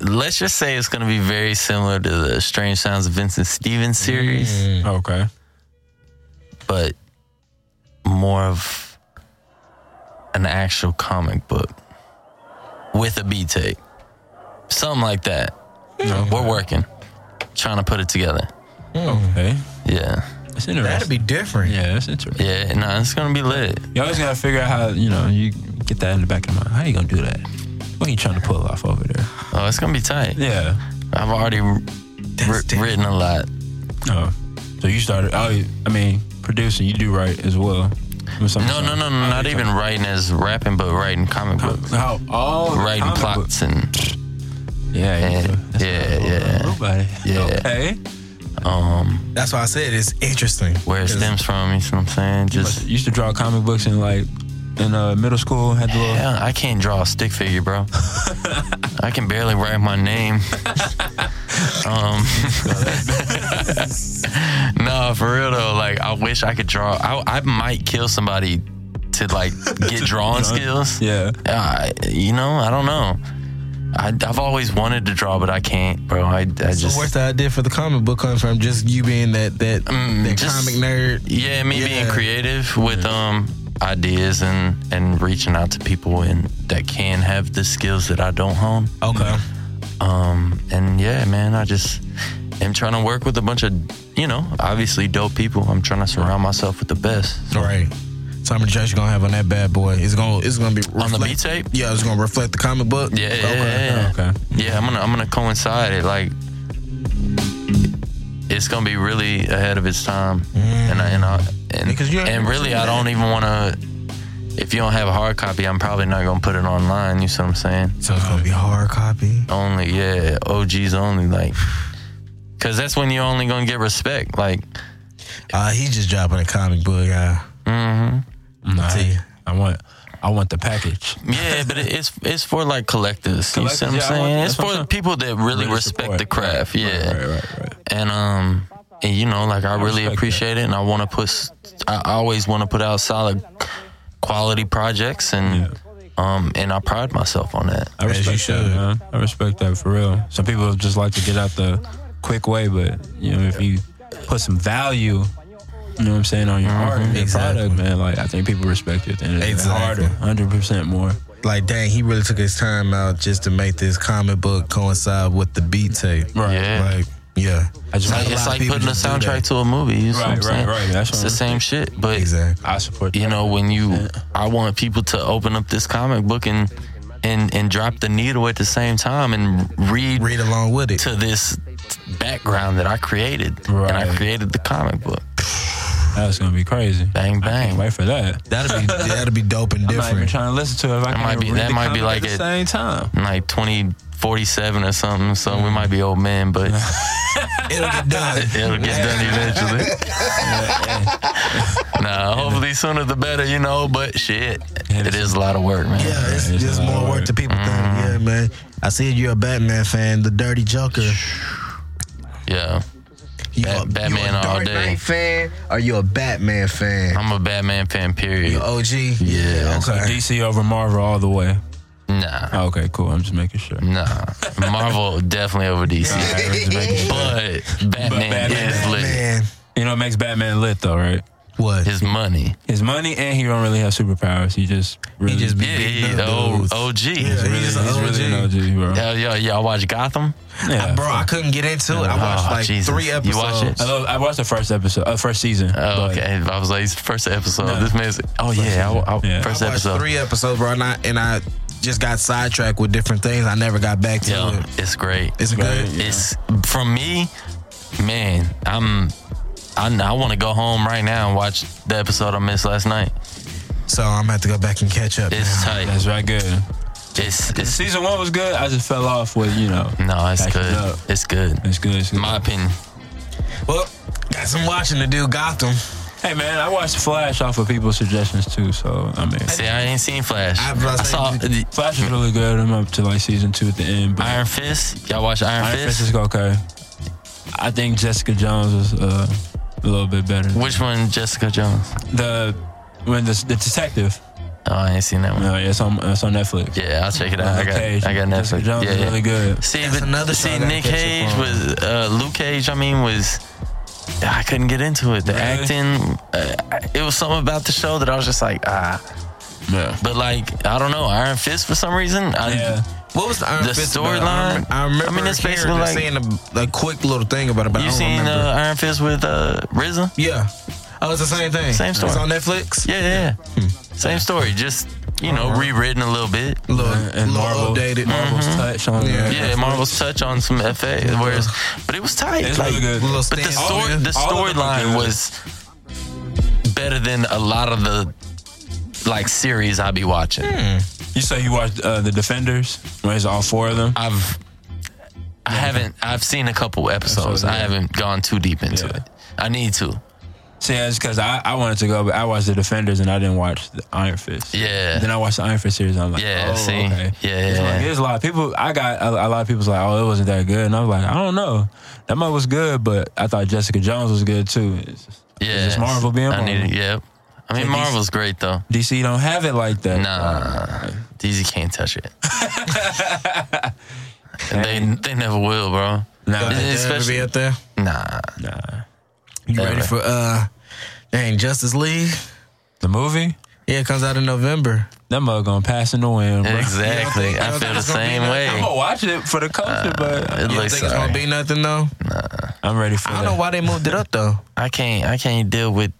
C: Let's just say it's gonna be very similar to the Strange Sounds of Vincent Stevens series,
B: Mm-hmm. Okay.
C: but more of an actual comic book with a B tape, something like that. We're working, trying to put it together.
B: Okay.
C: Yeah,
B: That's
A: that'd
B: interesting.
A: be different.
B: yeah, that's interesting.
C: yeah. No, it's gonna be lit.
B: You always gotta figure out how you know you get that in the back of your mind. How you gonna do that? What you trying to pull off over there?
C: Oh, it's gonna be tight.
B: Yeah.
C: I've already wr-
A: That's different.
C: written a lot.
B: Oh. So you started. Oh, I mean, producing. You do write as well.
C: No, no, no, no, not even writing as rapping, but writing comic books,
B: How? Oh,
C: writing
B: comic book.
C: plots, and
B: Yeah,
C: Yeah,
B: yeah, That's
C: yeah,
B: not
C: yeah.
B: cool, Nobody.
C: Yeah.
B: Okay.
C: um,
A: That's why I said it's interesting.
C: where it stems from. You see what I'm saying?
B: Just
C: Just
B: used to draw comic books in like in uh, middle school. Had the little.
C: yeah, I can't draw a stick figure, bro. I can barely write my name. um, no, for real though. Like, I wish I could draw. I, I might kill somebody to like get drawing skills.
B: Yeah.
C: I, you know, I don't know. I, I've always wanted to draw, but I can't, bro. I, I just
A: so where's the idea for the comic book coming from? Just you being that that, that
C: Mm, just-
A: comic nerd.
C: yeah, me being
A: Yeah.
C: creative with um ideas and and reaching out to people and that can have the skills that I don't hone.
A: Okay.
C: Um, and yeah, man, I just am trying to work with a bunch of you know obviously dope people. I'm trying to surround myself with the best.
A: All right. So I'm just gonna have on that bad boy. It's gonna it's gonna be
C: On the
A: reflect-
C: B tape?
A: Yeah, it's gonna reflect the comic book.
C: Yeah, yeah, yeah.
B: Okay.
C: Yeah, I'm gonna I'm gonna coincide it like it's gonna be really ahead of its time,
B: Mm.
C: and I, and I, and,
A: Because you ain't
C: and
A: never
C: really
A: seen that.
C: I don't even want to. If you don't have a hard copy, I'm probably not gonna put it online. You see what I'm saying?
A: So it's gonna be hard copy.
C: Only yeah, OGs only like, cause that's when you're only gonna get respect. Like
A: Uh, he's just dropping a comic book. Uh,
C: Mm-hmm.
B: Nah,
A: See.
B: I want. I want the package.
C: yeah, but it, it's it's for like collectors. You see what I'm
B: Collectors, yeah, I want-
C: saying? it's
B: that's what
C: for
B: I'm saying.
C: people that really,
B: Really
C: respect
B: support.
C: the craft. Yeah.
B: Right, right, right.
C: and um and you know like i, really
B: respect
C: appreciate it and i want to push i always want to put out solid quality projects and um and i pride myself on that
B: I
A: As you
B: respect that,
A: should.
B: man. I respect that for real. Some people just like to get out the quick way, but you know, if you put some value, you know what I'm saying, on your
C: Mm-hmm.
B: art and your
A: Exactly.
B: product, man, like I think people respect it. And it's
A: Exactly.
B: harder, hundred percent more.
A: like, dang, he really took his time out just to make this comic book coincide with the beat tape.
B: Right.
C: yeah
A: Like, yeah.
B: I just
A: Like,
B: like,
A: lot
C: it's
A: of
C: like
A: people
C: putting a
A: just do that.
C: soundtrack to a movie you see what
B: Right,
C: I'm
B: right,
C: saying?
B: right. That's
C: it's
B: what
C: the
B: I'm
C: same shit but
A: Exactly.
B: I support.
C: you
B: that.
C: know when you i want people to open up this comic book and and and drop the needle at the same time and read
A: Read along with it.
C: to this background that i created and i
B: Right.
C: created the comic book
B: That's gonna be crazy.
C: Bang
B: Can't
C: bang.
B: wait for that.
A: That'd be that'd be dope and
B: I'm not even
A: different.
B: trying to listen to it. If I that
C: might be- that might be like
B: at the same
C: it.
B: time.
C: Like twenty forty seven or something. So we might be old men, but
A: It'll get done.
C: it'll get done eventually. nah, hopefully sooner the better, you know. But shit, it is a lot of work, man.
A: Yeah, it's
B: it's
A: just
B: a lot
A: more
B: of
A: work
B: work.
A: to people think.
C: Mm-hmm.
A: Yeah, man. I see you're a Batman fan, the Dirty Joker.
C: Yeah,
A: You
C: Bat-
A: a- you
C: Batman
A: a
C: all
A: Dark
C: day.
A: Knight fan? Are you a Batman fan?
C: I'm a Batman fan. Period.
A: OG.
C: Yeah.
B: So DC over Marvel all the way. Oh,
C: Nah,
B: Okay, cool. I'm just making sure.
C: nah. Marvel definitely over DC, but Batman,
B: Batman-
C: is lit.
A: Man,
B: You know, it makes Batman lit though, right?
A: what?
C: His money.
B: His money and he don't really have superpowers. He just really,
A: just be-
C: Yeah, he,
A: Big
C: oh,
A: dudes.
C: OG.
A: Yeah,
B: really,
A: he's an
B: he's really an
A: OG.
B: OG, bro.
C: Yo, yo, yo, I watch Gotham.
B: Yeah.
A: Bro, I couldn't get into it. I watched
C: Oh,
A: like
C: Jesus.
A: three
C: You
A: episodes.
C: watch it?
B: I, love, I watched the first episode, uh, first season.
C: Oh,
B: but
C: okay. I was like, it's the first episode.
B: No.
C: This man's, oh, yeah, I, I,
B: Yeah.
C: first
A: I watched
C: episode.
A: three episodes, bro, and I, and I just got sidetracked with different things. I never got back to
C: Yo,
A: it.
C: it's great.
A: It's good.
B: yeah.
C: It's from me, man. I'm, I, I want to go home right now and watch the episode I missed last night.
A: So I'm gonna have to go back and catch up.
C: It's tight.
B: That's right, good.
C: It's, it's
B: Season one was good. I just fell off with you know.
C: no, it's
B: Back it
C: good.
B: up.
C: It's good.
B: It's good. It's good.
C: My opinion.
A: Well, got some watching to do. Gotham.
B: hey man, I watched Flash off of people's suggestions too. So I mean,
C: See, I ain't seen Flash.
A: I was about to
C: I
A: say,
C: saw
A: did-
C: the-
B: Flash is really good. I'm up to like season two at the end, but
C: Iron Fist. Y'all watch Iron,
B: Iron
C: Fist?
B: Fist is okay. I think Jessica Jones was uh, a little bit better.
C: Which one, Jessica Jones?
B: The when the, the detective.
C: Oh, I ain't seen that one.
B: No, yeah, it's on it's on Netfllix.
C: Yeah, I'll check it out. I got,
B: Cage.
C: I got
B: Jessica
C: Netflix.
B: Jones
C: yeah,
B: is
C: yeah.
B: really good.
C: See,
A: That's
C: but
A: another show I
C: see,
A: gotta
C: Nick
A: catch up
C: Cage
A: on.
C: was uh, Luke Cage. I mean, was I couldn't get into it. The
B: Really?
C: acting, uh, it was something about the show that I was just like, ah.
B: Yeah.
C: But like, I don't know, Iron Fist for some reason. I,
B: Yeah.
A: What was the Iron
C: The
A: Fist about? I rem-
C: storyline?
A: I remember.
C: I mean, it's
A: hearing
C: basically
A: and
C: like-
A: seeing a, a quick little thing about it, but I
C: You
A: don't
C: seen
A: remember.
C: uh, Iron Fist with uh, RZA?
A: yeah. Oh, it's the same thing.
C: Same story.
A: It's on Netflix.
C: Yeah, yeah.
A: Hmm.
C: Same story, just you know, rewritten a little bit.
A: Little,
B: And
A: little
B: Marvel,
C: Mm-hmm.
A: updated.
B: Marvel's touch on
A: Yeah.
B: uh,
C: Yeah, Marvel's touch on some FA, whereas, but it was tight.
B: It's
C: like,
B: really good.
A: Little Uh,
C: But the
A: stand-
C: story, the
B: all of them are
C: storyline
B: good.
C: was better than a lot of the like series I be watching.
B: You say you watched uh, the Defenders, where it's all four of them.
C: I've I haven't I've seen a couple episodes.
B: Episodes, yeah.
C: I haven't gone too deep into
B: Yeah.
C: it. I need to.
B: See, that's because I, I wanted to go, but I watched the Defenders and I didn't watch the Iron Fist.
C: Yeah.
B: Then I watched the Iron Fist series. And I'm like,
C: Yeah,
B: oh,
C: see?
B: okay. It's
C: Yeah, yeah,
B: like,
C: yeah.
B: There's a lot of people. I got a, a lot of people's like, oh, it wasn't that good, and I was like, I don't know. That much was good, but I thought Jessica Jones was good too. It's just,
C: Yeah.
B: it's just Marvel being
C: I
B: Marvel.
C: need it. Yeah. I
B: Take
C: mean
B: these-
C: Marvel's great though.
B: DC don't have it like that.
C: Nah. DZ can't touch it. they they never will, bro.
B: Nah.
A: Got that
C: Especially-
A: be up there.
C: Nah.
A: You ready
C: Never.
A: for uh, dang Justice League?
B: The movie
A: Yeah, it comes out in November.
B: that mug gonna pass in the wind. Bro.
C: Exactly.
A: think- you
C: I
A: don't think
C: feel the
A: it's gonna be
C: same
A: that-
C: way.
B: I'm gonna watch it for the culture,
C: it
B: but
A: You
C: looks
A: think it's gonna
C: alright.
A: be nothing though?
B: I'm ready for
A: I don't
B: that.
A: know why they moved it up though.
C: I can't I can't deal with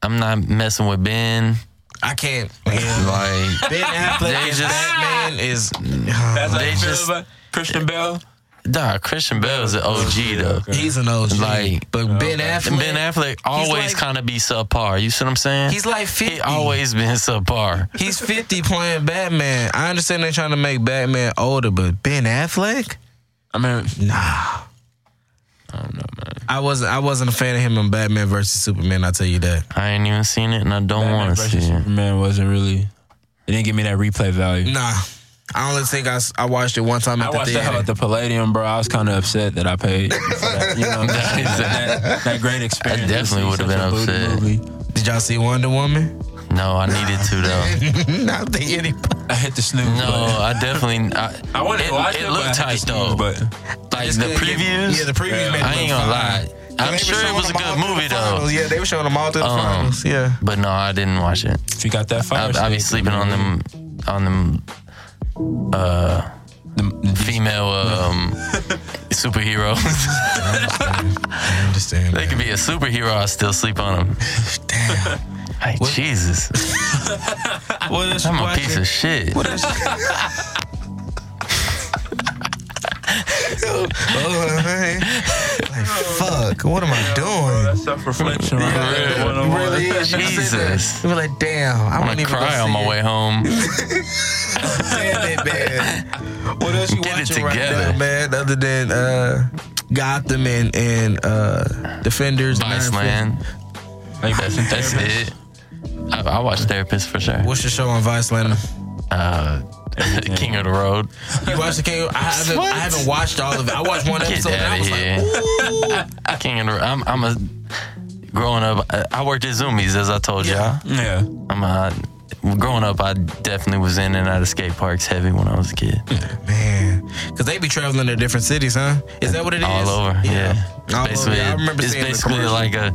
C: I'm not messing with Ben.
A: I can't. Man.
C: Like
A: Ben Affleck
C: They
A: as
C: just-
A: Batman is. uh,
B: That's how
C: They
B: you feel
C: just-
B: about Christian Bell.
C: Nah, Christian Bell is an OG though.
B: Okay.
A: He's an OG.
C: Like-
A: but Ben Affleck.
C: Ben Affleck always
A: like-
C: kind of be subpar. You see what I'm saying?
A: He's like 50.
C: he always been subpar.
A: He's 50 playing Batman. I understand they're trying to make Batman older, but Ben Affleck?
B: I mean,
A: Nah.
B: I don't know, man.
A: I wasn't I wasn't a fan of him in Batman versus Superman, I'll tell you that.
C: I ain't even seen it, and I don't
B: Batman
C: want to see
B: versus
C: it.
B: Superman wasn't really. It didn't give me that replay value.
A: Nah. I only think I, s- I watched it one time Mm, at
B: I
A: the
B: watched that
A: theater.
B: at the Palladium, bro. I was kind of upset that I paid. For that, you know, that, that, that great experience.
C: I definitely
B: It's
C: would've been
B: such a booty
C: upset.
B: movie.
A: Did y'all see Wonder Woman?
C: No, I needed to though.
A: Not think any
B: I hit the snooze.
C: No,
B: button.
C: I definitely. I,
B: I wanted
C: it,
B: to watch it,
C: it.
B: but
C: looked
B: I hit
C: tight
B: the snooze
C: though.
B: button.
C: Like the previews.
A: Yeah, the previews made it
C: I ain't
A: look
C: gonna
A: fine.
C: lie.
A: They
C: I'm
A: were
C: sure it
A: showing
C: was a
A: them all
C: good
A: through the
C: movie though.
A: finals. Yeah, they were showing them all through the
C: Um,
A: finals. Yeah.
C: But no, I didn't watch it.
B: If you got that fire,
C: I, I be
B: stick,
C: sleeping on them, on them uh,
B: The, the,
C: female um, superheroes.
A: I understand.
C: They could be a superhero. I still sleep on them.
A: Damn.
C: Like Jesus,
A: What else you
C: I'm a
A: watching?
C: piece of shit.
A: What else? do? Oh, man. Like, fuck, what am I doing?
B: That's self reflection right there.
A: It
B: one-on-one.
A: really is. You sit there,
C: Jesus.
A: You be like, damn, I
C: I'm
A: won't
C: gonna
A: even
C: cry
A: go
C: on
A: see
C: my
A: it.
C: way home.
A: Damn it, man. What else you
C: Get it
A: watching right
C: together.
A: now, man? Other than uh, Gotham and and uh, Defenders, and Iron Fist?
C: Viceland.
B: Like,
C: That's,
B: some
C: that's
B: therapist.
C: it. I, I watch Therapist for sure.
A: What's your show on Vice Land?
C: Uh, King of the Road.
A: You watched the King? I haven't,
C: What?
A: I haven't watched all of it. I watched one
C: Get
A: episode and I
C: out of
A: was
C: here.
A: like, ooh.
C: King of the Road. I'm, I'm a. Growing up, I- I worked at Zoomies, as I told y'all.
B: Yeah.
C: I'm uh, growing up, I definitely was in and out of skate parks heavy when I was a kid.
A: Man, because they be traveling to different cities, huh? Is that what it is?
C: all over. Yeah, It's
A: All
C: basically,
A: over. I remember
C: it's
A: seeing the
C: basically
A: commercial.
C: like a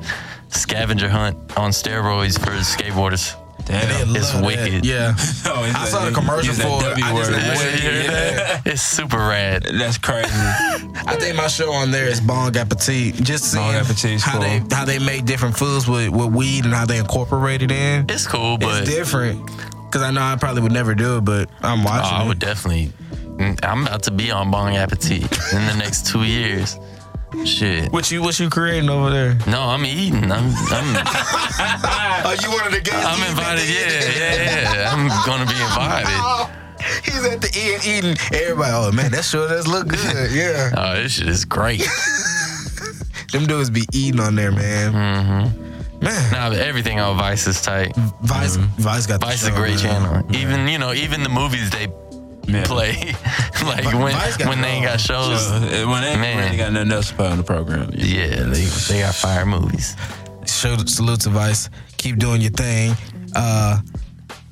C: scavenger hunt on steroids for skateboarders.
B: Damn.
A: They
C: It's
A: love that.
C: wicked.
A: Yeah.
B: Oh,
A: I saw the commercial for it. I just had- Yeah.
C: It's super rad.
B: That's crazy.
A: I think my show on there is Bon Appetit. Just seeing
B: Bon Appetit's
A: how
B: cool.
A: they how they make different foods with, with weed and how they incorporate it in.
C: It's cool, but
A: it's different. Cause I know I probably would never do it, but I'm
C: oh,
A: watching.
C: I
A: it.
C: would definitely. mm, I'm about to be on Bong Appetit in the next two years. Shit.
A: What you what you creating over there?
C: No, I'm eating. I'm I'm,
A: Oh, you wanted to get?
C: I'm invited. Yeah, yeah, yeah. I'm gonna be invited.
A: Oh, He's at the E and eating. Everybody, oh man, that sure does look good. Yeah,
C: Oh, this shit is great.
A: them dudes be eating on there, man. Mm-hmm. Man,
C: Nah, but everything on Vice is tight.
A: Vice, Vice got the
C: Vice is a
A: show,
C: great
A: man.
C: channel. Even you know, even the movies they
B: Yeah.
C: play, like
A: Vi-
C: when
A: Vice got
C: when they ain't got shows.
B: Uh, When they
C: Man.
B: Man. really got nothing else to put on the program.
C: Yeah, they they got fire movies.
A: Show salute to Vice. Keep doing your thing. Uh,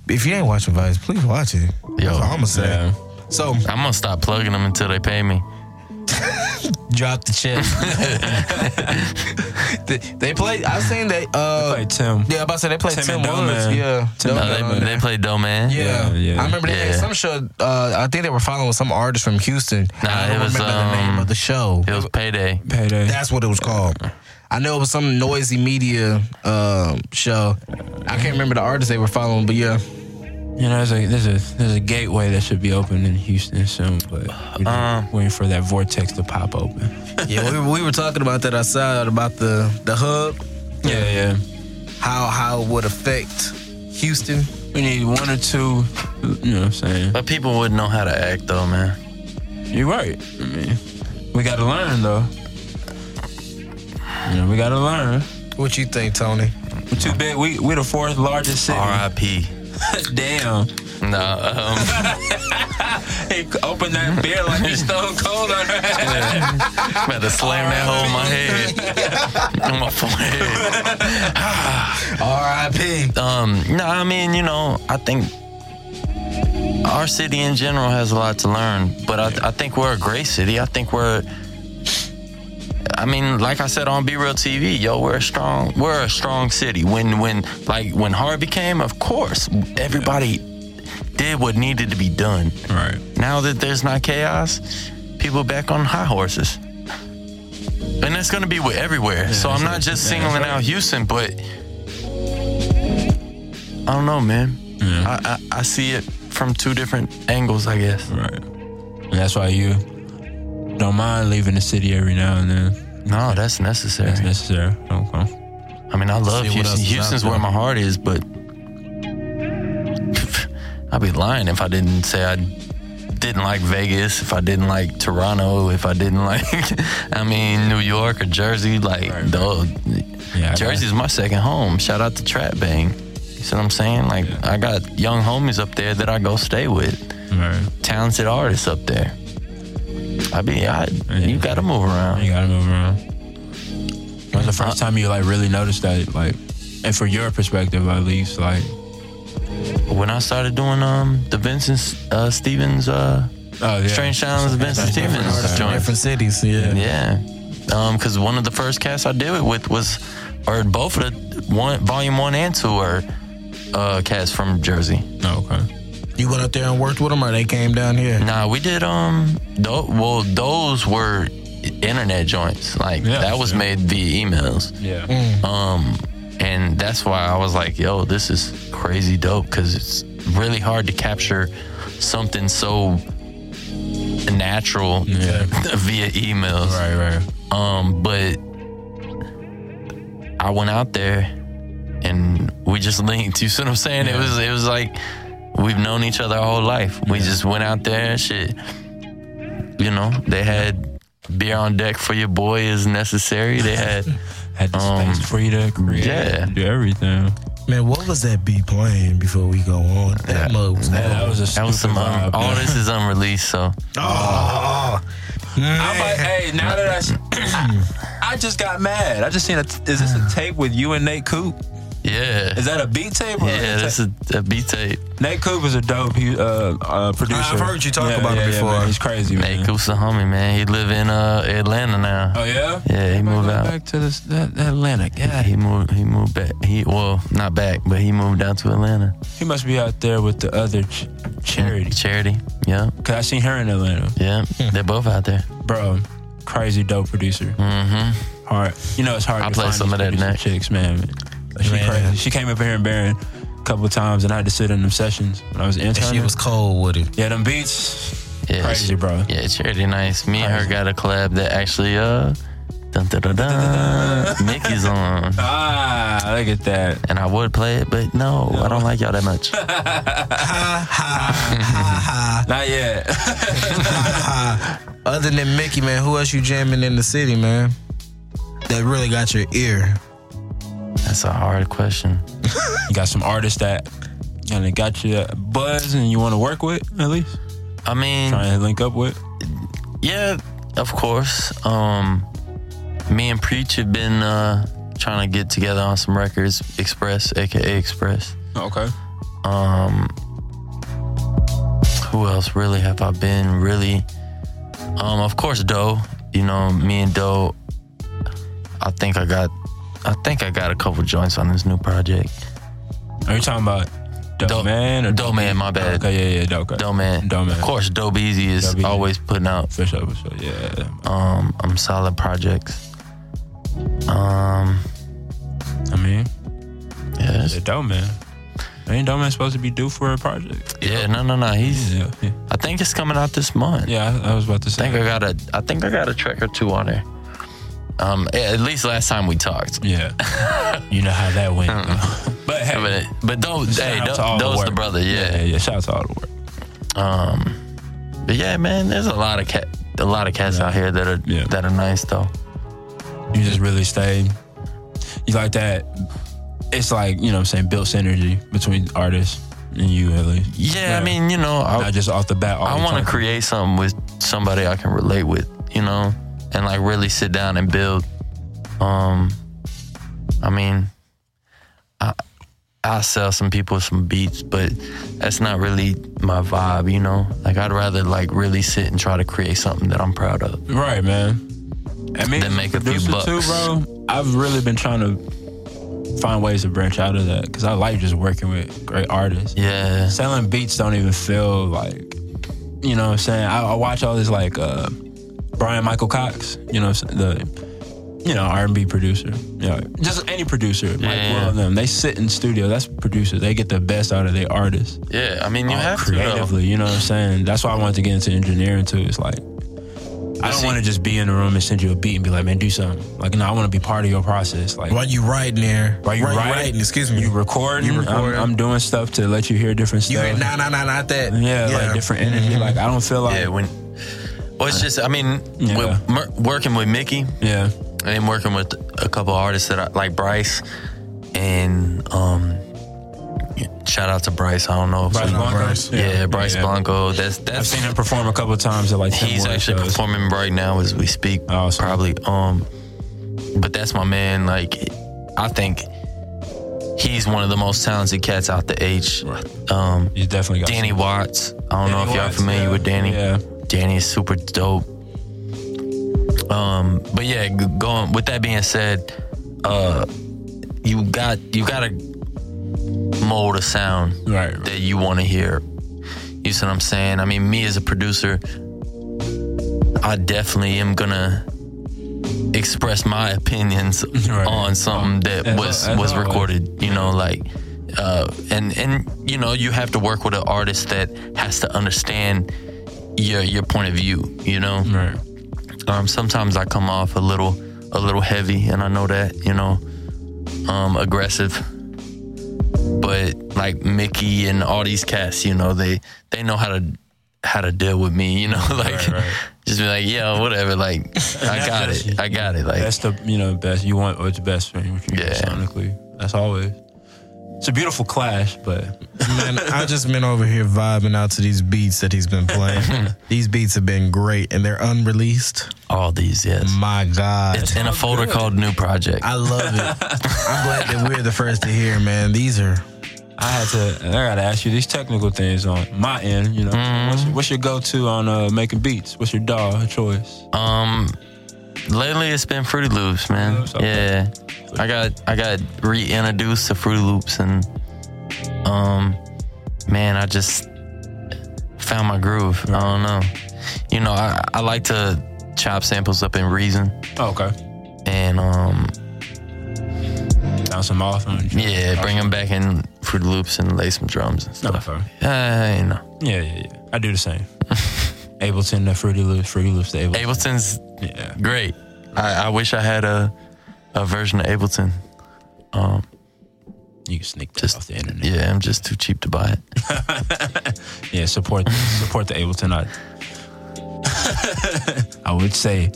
A: if you ain't watching Vice, please watch it. That's all I'm gonna say.
B: Yeah.
A: So
C: I'm gonna stop plugging them until they pay me.
A: drop the chip. they, they play. I seen they. Uh,
B: Play Tim.
A: yeah, I'm about to say they play
B: Tim
A: Tim
B: and Doe
A: Woods.
B: Man.
A: Yeah,
B: Tim
A: Doe Man on
B: and Doe
C: No, Uh, they,
A: there.
C: they play Dope Man.
A: Yeah.
B: Yeah, yeah.
A: I remember they had
C: Yeah.
A: some show. Uh, I think they were following some artist from Houston.
C: Nah,
A: I don't
C: it was,
A: remember the name
C: um,
A: of the show.
C: It was payday.
B: Payday.
A: That's what it was called. I know it was some noisy media um, show. I can't remember the artist they were following, but yeah,
B: You know, there's a there's a there's a gateway that should be open in Houston soon, but we're just waiting for that vortex to pop open.
A: yeah. We, we were talking about that outside about the the hub,
B: Yeah, yeah.
A: how how it would affect Houston.
B: We need one or two. You know what I'm saying?
C: But people wouldn't know how to act though, man.
B: You're right. I mean, we got to learn though. You know, we got to learn.
A: What you think, Tony?
B: We're too big. We we the fourth largest city.
C: R.I.P.
B: Damn.
C: No, um,
B: Hey, open that beer like you stone cold on her.
C: better slam that hole in my head, on my forehead.
A: R.I.P.
C: um no i mean you know i think our city in general has a lot to learn but i, I think we're a great city i think we're I mean, like I said on Be Real TV, yo, we're a strong, we're a strong city. When, when, like, when Harvey came, of course, everybody did what needed to be done.
B: Right.
C: Now that there's not chaos, people back on high horses. And that's going to be with everywhere. so I'm not just singling out Houston, but I don't know, man. I, I, I see it from two different angles, I guess.
B: Right. And that's why you don't mind leaving the city every now and then.
C: No, that's necessary.
B: That's necessary. Okay.
C: I mean, I love
A: See what
C: Houston.
A: else is out
C: Houston's where
A: there.
C: my heart is, but I'd be lying if I didn't say I didn't like Vegas, if I didn't like Toronto, if I didn't like, I mean, New York or Jersey. Like,
B: Right.
C: dog,
B: Yeah. I
C: Jersey's my second home. Shout out to Trap Bang. You see what I'm saying? Like, I got young homies up there that I go stay with,
B: got- Right.
C: talented artists up there. I mean, I, you gotta move around. Uh,
B: You gotta move around. When's the first time you like really noticed that? Like, and from your perspective, at least, like,
C: When I started doing um the Vincent uh, Stevens uh
B: oh yeah,
C: Strange Sounds Vincent Stevens
A: From
C: joint.
A: different cities, yeah.
C: Yeah. Um, cause one of the first casts I did it with was or both of the one volume one and two are uh casts from Jersey.
B: No, okay.
A: You went up there and worked with them, or they came down here?
C: Nah, we did um tho- well those were internet joints. Like
B: Yeah,
C: that was
B: sure.
C: made via emails.
B: Yeah.
C: Um, and that's why I was like, yo, this is crazy dope because it's really hard to capture something so natural
B: Yeah.
C: via emails.
B: Right, right.
C: Um, but I went out there and we just linked. You see what I'm saying? It was it was like we've known each other our whole life. We just went out there and shit. You know, they had beer on deck for your boy as necessary. They had
B: Had the
C: Um,
B: space free to create,
C: yeah.
B: do everything.
A: Man, what was that beat playing before we go on? That mug was
B: Yeah, that was a
C: that
B: stupid
C: was some
B: vibe.
C: um, all this is unreleased, so
A: Ah.
B: I'm like, hey, now that I, s- I just got mad. I just seen a. Is this a tape with you and Nate Coop?
C: yeah.
B: Is that a beat tape? Or
C: yeah,
B: a
C: this
B: ta-
C: is a beat tape.
B: Nate Coop is a dope he, uh, uh, producer.
A: I've heard you talk about him before.
B: man, he's crazy, man.
C: Hey, Coop's a homie, man. He live in uh, Atlanta now.
B: Oh yeah.
C: Yeah, he moved out.
B: back to this, that, that Atlanta. God,
C: He
B: he,
C: moved. He moved back. He well, not back, but he moved down to Atlanta.
B: he must be out there with the other ch- charity.
C: Mm, Charity. Hmm. Yeah,
B: Cause I seen her in Atlanta,
C: yeah. They're both out there.
B: bro. Crazy dope producer.
C: Mm-hmm.
B: Hard. You know it's hard.
C: I'll
B: to
C: play
B: find
C: some
B: these
C: of that
B: producer
C: next.
B: Chicks, man. She
A: Man.
B: crazy. She came up here in Barron a couple of times, and I had to sit in them sessions when I was
A: And she
B: interning.
A: was cold with it.
B: yeah, them beats.
C: Yeah,
B: Crazy, bro.
C: Yeah, Charity. Nice. Me and her
B: Crazy.
C: got a collab that actually uh, dun dun dun dun. Mickey's on.
B: Ah, look at that.
C: And I would play it, but no, I don't like y'all that much.
A: Ha ha ha
B: Not yet.
A: ha. Other than Mickey, man, who else you jamming in the city, man? That really got your ear.
C: That's a hard question.
B: you got some artists that kind of got you that buzz and you want to work with at least.
C: I mean,
B: Trying to link up with.
C: Yeah, of course. Um, me and Preach have been uh, trying to get together on some records. Express, aka Express.
B: Okay.
C: Um, who else really have I been really? Um, of course, Doe. You know, me and Doe. I think I got, I think I got a couple joints on this new project.
B: Are you talking about Dope
C: Dope-
B: Man or
C: Dope Man, my bad.
B: Okay, yeah, yeah, Dope. Okay.
C: Doe man,
B: Doe Man.
C: Of course, Doe Beezy is
B: Doe Beezy.
C: always putting out
B: For sure, for sure. Yeah.
C: um, um solid projects. Um,
B: I mean,
C: yeah, that's-
B: yeah, Dope Man. Ain't Dope Man supposed to be due for a project?
C: Yeah, no, no, no. He's.
B: Yeah, yeah.
C: I think it's coming out this month.
B: yeah I, I was about to
C: I
B: say.
C: think I got a. I think I got a track or two on there. Um, a- at least last time we talked.
B: yeah. you know how that went. though. but hey,
C: Uh-uh. But but those
B: shout
C: hey,
B: out
C: those,
B: to all
C: those
B: work.
C: the brother.
B: yeah, yeah,
C: Yeah.
B: Shout out to all the work.
C: Um, but yeah, man, there's a lot of cat, a lot of cats out here that are
B: Yeah.
C: that are nice though.
B: You just really stay. You like that. It's like, you know what I'm saying, built synergy between artists and you at least.
C: Yeah,
B: Yeah.
C: I mean, you know, I
B: Not just off the bat. all
C: I
B: the
C: want to
B: time.
C: create something with somebody I can relate with, you know, and like really sit down and build. Um, I mean, I I sell some people some beats, but that's not really my vibe, you know. Like I'd rather like really sit and try to create something that I'm proud of.
B: Right, man. I mean,
C: Then make a few bucks.
B: too, bro. I've really been trying to find ways to branch out of that because I like just working with great artists.
C: Yeah,
B: Selling beats don't even feel like, you know what I'm saying? I, I watch all this like uh, Brian Michael Cox, you know, what I'm saying, the you know R&B producer, yeah, just any producer. Mike
C: Yeah.
B: Will and them, they sit in studio. That's producers. They get the best out of their artists
C: yeah. I mean, you
B: all
C: have to. though.
B: Oh, creatively. You know what I'm saying? That's why I wanted to get into engineering too. It's like I don't
C: See-
B: want to just be in the room and send you a beat and be like, man, do something. Like, no, I want to be part of your process. Like,
A: While you writing there,
B: While you
A: while
B: writing-
A: excuse me,
B: you recording,
A: You recording.
B: I'm, I'm doing stuff to let you hear different
A: you
B: stuff.
A: ain't nah nah nah not that.
B: yeah, like different energy. Like, I don't feel like
C: Yeah,
B: yeah,
C: when. Well, it's just I mean,
B: Yeah.
C: with, mer- working with Mickey,
B: yeah,
C: and working with a couple artists that I like Bryce and um shout out to Bryce. I don't know if
B: Bryce
C: you know
B: Blanco?
A: Bryce.
C: Yeah, Bryce
B: yeah.
C: Blanco. That's
B: I've
C: that's
B: seen him perform a couple times at like Tim
C: he's
B: Hortons
C: actually
B: shows.
C: performing right now as we speak.
B: Awesome.
C: Probably. Um but that's my man. Like I think he's one of the most talented cats out the H. Um
B: He's definitely got
C: Danny Watts. I don't know if
B: Danny
C: y'all
B: Watts,
C: familiar
B: yeah.
C: with Danny.
B: Yeah.
C: Danny is super dope. Um, but yeah, g- going with that being said, uh, you got you got to mold a sound
B: right, right.
C: that you want to hear. You see what I'm saying? I mean, me as a producer, I definitely am gonna express my opinions
B: Right.
C: on something that
B: As-
C: was
B: as
C: was
B: always.
C: recorded. You know, like, uh, and and you know, you have to work with an artist that has to understand your your point of view. You know,
B: Right.
C: um, sometimes I come off a little a little heavy, and I know that you know um, aggressive. But like Mickey and all these cats, you know they they know how to how to deal with me. You know, like
B: right.
C: just be like, yeah, whatever. Like I got it, I got it. Like
B: That's the you know best. You want what's best for you what you get
C: Yeah.
B: sonically. That's always. It's a beautiful clash, but
A: Man, I just been over here vibing out to these beats that he's been playing. these beats have been great and they're unreleased.
C: all these, yes.
A: My God.
C: It's in a folder called New Project.
A: I love it. I'm glad that we're the first to hear, man. These are
B: I had to. I gotta ask you these technical things on my end. You know,
C: Mm-hmm.
B: what's, your, what's your go-to on uh, making beats? What's your DAW choice?
C: Um, lately it's been Fruity Loops, man.
B: Loops,
C: Yeah,
B: okay.
C: I got I got reintroduced to Fruity Loops, and um, man, I just found my groove. I don't know. You know, I, I like to chop samples up in Reason,
B: Oh, okay,
C: and um,
B: bounce them off. And
C: yeah, bring them back in Fruity Loops and lay some drums and
B: No,
C: stuff.
B: fine.
C: Uh, you know,
B: Yeah, yeah, yeah. I do the same. Ableton to Fruity Loops, Fruity Loops to Ableton.
C: Ableton's
B: yeah.
C: great. I, I wish I had a a version of Ableton.
B: You can sneak that
C: Just-
B: off the internet.
C: Yeah, I'm just too cheap to buy it.
B: Yeah, support support the Ableton. I, I would say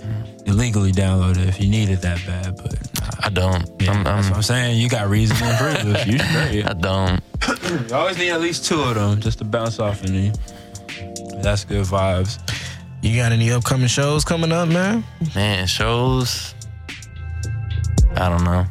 B: illegally download it if you need it that bad, but nah,
C: I don't.
B: yeah,
C: I'm,
B: that's what
C: I'm,
B: I'm saying. You got reason and proof. You should hurry.
C: I don't.
B: You always need at least two of them just to bounce off in you. That's good vibes.
A: you got any upcoming shows coming up, man?
C: Man, shows. I don't know.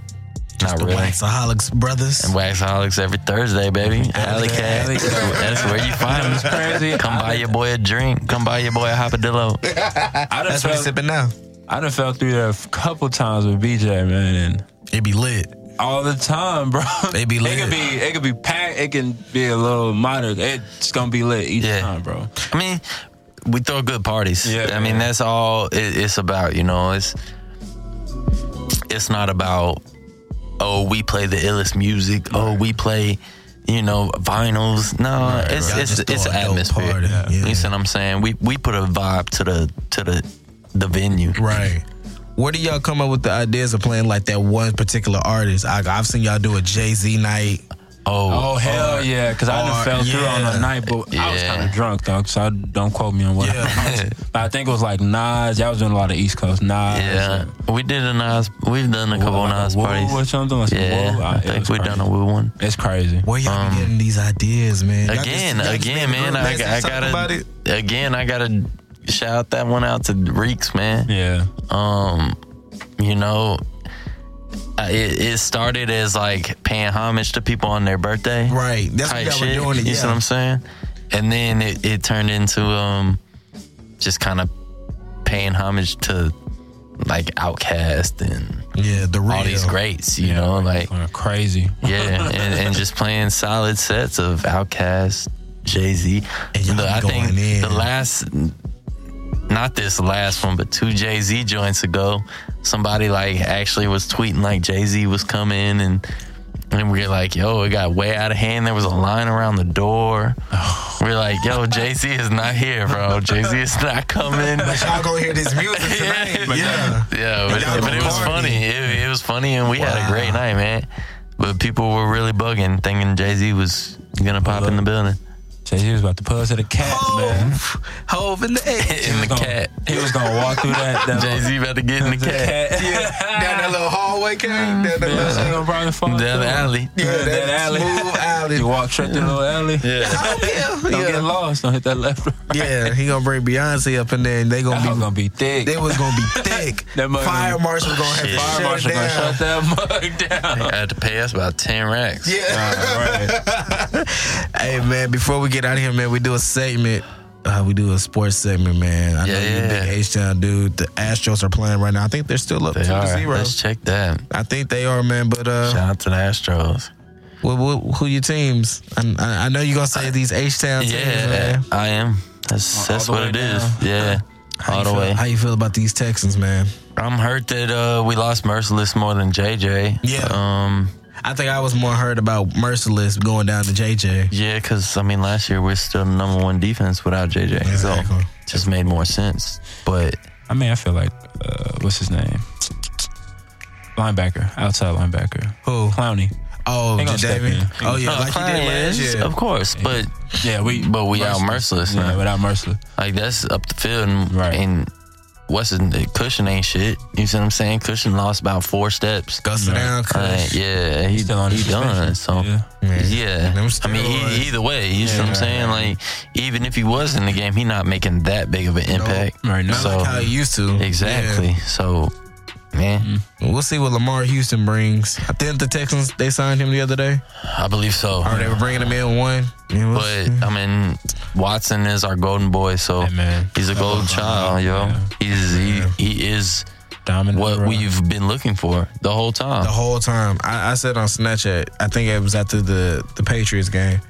C: Not
A: The
C: really.
A: Waxaholics Brothers.
C: And Waxaholics every Thursday, baby. Alley Cat.
B: Alley Cat.
C: That's where you find us.
B: Crazy.
C: Come buy your boy a drink. Come buy your boy a hopadillo.
B: I done,
A: That's what he's
B: fell,
A: sipping now.
B: I done fell through there a couple times with BJ, man, and
A: It be lit.
B: all the time, bro.
A: They be
B: It
A: lit.
B: could be, it could be packed. It can be a little moderate. It's gonna be lit each
C: Yeah.
B: time, bro.
C: I mean, we throw good parties.
B: Yeah.
C: I mean, that's all it, it's about. You know, it's it's not about oh we play the illest music. Oh, we play you know vinyls. No, it's
A: Y'all
C: it's
A: just
C: it's
A: throw
C: an
A: a dope
C: atmosphere.
A: party. Yeah.
C: You see what I'm saying? We we put a vibe to the to the the venue.
A: Right. Where do y'all come up with the ideas of playing like that one particular artist? I, I've seen y'all do a Jay Z night.
B: Oh
C: Oh,
B: hell yeah! Because I done
A: or-
B: fell through
A: yeah.
B: on the night, but I was
C: Yeah.
B: kind of drunk though. So I, don't quote me on what.
A: Yeah.
B: but I think it was like Nas. Y'all was doing a lot of East Coast Nas.
C: yeah. We did a Nas. We've done a
B: Like,
C: couple
B: like a
C: Nas
B: woo
C: parties.
B: or something. Like some
C: yeah,
B: woo. Uh,
C: I
B: it
C: think
B: was
C: we've
B: crazy.
C: done a Woo one.
B: It's crazy.
A: Where y'all be getting these ideas, man? Y'all
C: Um, Again,
A: just- y'all just
C: again,
A: made a
C: man.
A: group
C: I,
A: message
C: I
A: talking about
C: gotta.
A: it?
C: Again, I gotta shout that one out to Reeks, man.
B: Yeah.
C: Um, you know, I- it, it started as like paying homage to people on their birthday,
A: Right. That's what
C: Type
A: y'all
C: shit.
A: were doing. It,
C: you
A: yeah.
C: see what I'm saying? And then it, it turned into um, just kind of paying homage to like Outkast and
A: yeah, the real.
C: all these greats. You know, like
B: Going crazy.
C: yeah, and, and just playing solid sets of Outkast, Jay Z.
A: And y'all be
C: I think
A: going in.
C: the last, not this last one, but two Jay Z joints ago, somebody like actually was tweeting like Jay Z was coming and. And we were like, yo, it got way out of hand. There was a line around the door. We are like, yo, Jay Z is not here, bro. Jay Z is not coming.
A: Y'all gonna hear this music tonight. yeah.
C: Yeah, but,
A: y'all
C: but
A: gonna
C: it was
A: party.
C: funny. It, it was funny, and we had a
A: Wow.
C: great night, man. But people were really bugging, thinking Jay Z was gonna pop in the building.
B: Jay Z was about to pull to the cat, man.
A: Hove, Hove in the egg.
C: In the
B: Gonna-
C: cat.
B: Oh! He was gonna walk through that. that
C: Jay Z about to get in the
B: the
C: cat.
B: cat.
A: down that little hallway, came down that
B: Yeah,
A: little
B: she gonna probably fall
C: Down the
B: through.
C: alley.
A: Yeah,
B: Yeah, that,
A: that
B: alley.
A: smooth alley.
B: you walk straight through the little alley.
C: Yeah.
B: Don't
A: Oh, yeah.
B: get lost. Don't hit that left.
A: Yeah, he gonna bring Beyonce up in there, and they gonna
B: That
A: be
B: was gonna be thick.
A: they was gonna be thick.
B: That mug-
A: Fire marshal gonna have
C: Shit.
A: fire
B: Fire marshal
A: marshal
B: gonna
A: down.
B: shut that mug down.
C: I had to pay us about 10 racks.
A: Yeah.
B: Alright.
A: Hey man, before we get out of here, man, we do a segment. Uh, we do a sports segment, man. I know
C: Yeah,
A: you're a
C: yeah.
A: big H town dude. The Astros are playing right now. I think they're still up two
C: They
A: to Uh-huh.
C: are.
A: 0
C: Let's check that.
A: I think they are, man. But
C: Shout
A: uh,
C: out to the Astros.
A: wh- wh- who your teams? I, I, I know you're gonna say these H town teams,
C: Yeah,
A: man.
C: I am. That's, that's
B: the
C: what
B: way
C: it is.
B: down.
C: Yeah.
A: How
C: All
A: you
C: the
A: feel-
C: way.
A: How you feel about these Texans, man?
C: I'm hurt that uh, we lost Merciless more than JJ.
A: Yeah.
C: Um,
A: I think I was more heard about Merciless going down to JJ.
C: Yeah, because I mean, last year we're still number one defense without JJ, so
A: Exactly.
C: just made more sense. But
B: I mean, I feel like uh, what's his name? Linebacker, outside linebacker,
A: Who?
B: Clowney.
A: Oh,
B: Ain't gonna step
A: Jadavian.
B: in.
A: Oh yeah,
C: Uh,
A: like he
C: Klein
A: did last
C: is,
A: year.
C: of course. But
B: Yeah, we
C: But we out merciless,
B: Yeah,
C: man.
B: without merciless.
C: like that's up the field, and,
B: Right.
C: and what's his name? Cushion ain't shit. You see what I'm saying? Cushion lost about four steps.
A: Gusta
B: No.
A: down,
C: Uh,
A: Kush.
C: yeah, he,
B: Still on
C: he
B: his suspension.
C: done. So
B: Yeah.
A: Yeah.
C: yeah,
A: Them
C: I mean,
A: steroids.
C: he, either way, you see
B: Yeah,
C: what I'm
B: right,
C: saying? Like, even if he was in the game, he not making that big of an impact.
B: Right, not
A: Not
C: so
A: like how he used to.
C: exactly. So man,
B: Mm-hmm.
A: Yeah. We'll see what Lamar Houston brings. I think the Texans they signed him the other day,
C: I believe so.
A: or they were bringing him in one. Yeah, we'll
C: But
A: see.
C: I mean, Watson is our golden boy, so
B: Hey, man.
C: he's a golden
A: Uh-huh.
C: child, yo.
B: Yeah.
C: He's he, he is
B: Dominant.
C: what
B: bro.
C: we've been looking for the whole time.
A: the whole time. I, I said on Snapchat, I think it was after the the Patriots game.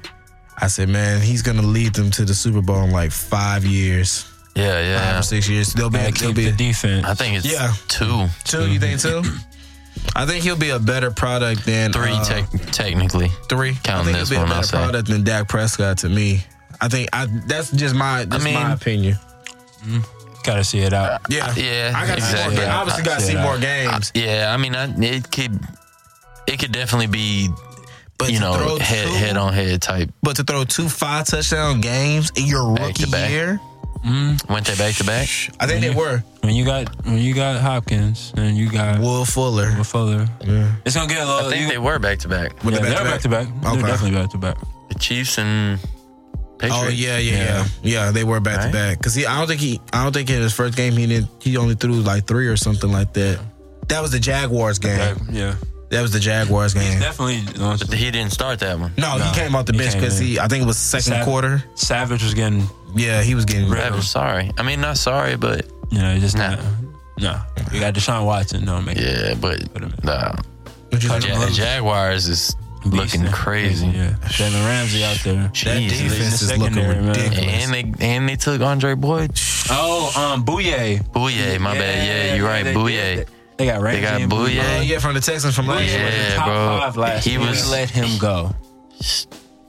A: I said, man, he's gonna lead them to the Super Bowl in like five years,
C: yeah,
A: five
C: yeah.
A: or six years. They'll be,
B: Like,
A: they'll
B: keep
A: be
B: the defense.
C: I think it's
A: Yeah.
C: two,
A: two. You think two? I think he'll be a better product than
C: three
A: uh,
C: tec- technically.
A: three. I
C: Counting
A: think
C: this
A: he'll be
C: one,
A: a
C: I'll
A: better
C: say.
A: product than Dak Prescott to me. I think I, that's just my that's
C: mean-
A: my opinion.
B: Gotta see it out.
A: Yeah,
C: yeah,
A: I got to see
C: exactly.
A: more, I obviously got to see
B: Yeah.
A: more games,
C: Yeah, I mean, I, it could it could definitely be
A: but
C: you
A: to
C: know
A: throw
C: head
A: two,
C: head on head type.
A: But to throw two five touchdown games in your
C: Back to
A: rookie
C: back. Mm-hmm.
A: year,
C: Went they back to back?
A: I think they were
B: When you got when you got Hopkins and you got
A: Will Fuller.
B: Will Fuller,
A: Yeah.
B: it's gonna get a little.
C: I think
B: you-
C: they were back to back.
A: With
B: yeah,
A: the
B: they're back to back. They're
A: Okay.
B: definitely back to back.
C: The Chiefs and Patriots.
A: Oh yeah, yeah, yeah, yeah. They were back to
C: Right.
A: back because he. I don't think he. I don't think in his first game he did. He only threw like three or something like that. That was the Jaguars game.
B: Back- Yeah,
A: That was the Jaguars game.
B: definitely.
C: He didn't start that one.
A: No, he
B: No,
A: came off the
B: he
A: bench
B: came
A: because
B: in.
A: he. I think it was second
B: Seven.
A: quarter.
B: Savage was getting.
A: Yeah, he was getting.
B: Right.
C: I'm sorry. I mean, not sorry, but
B: You know, just
C: Nah.
B: not. No, you got Deshaun Watson. No, make
C: yeah, but
B: Put
A: uh,
B: him in.
C: nah.
A: What you
C: Ja-
A: talking about?
C: Jaguars is
B: Beast
C: looking
B: now.
C: crazy.
B: Yeah, Jalen Ramsey out there.
A: That
C: Jesus.
A: defense is looking
B: Secondary, man.
A: ridiculous.
C: And they and they took Andre Boyd.
B: Oh, um, Bouye.
C: Bouye, my bad. Yeah, you're right.
B: they-
C: Bouye.
B: They got Ramsey.
C: They got
B: and
C: Bouye.
A: Oh yeah, from the Texans from last
B: He
A: year.
B: was in
C: Yeah,
B: top
C: bro.
B: Five last
C: He
B: year. We
C: was-
B: let him go,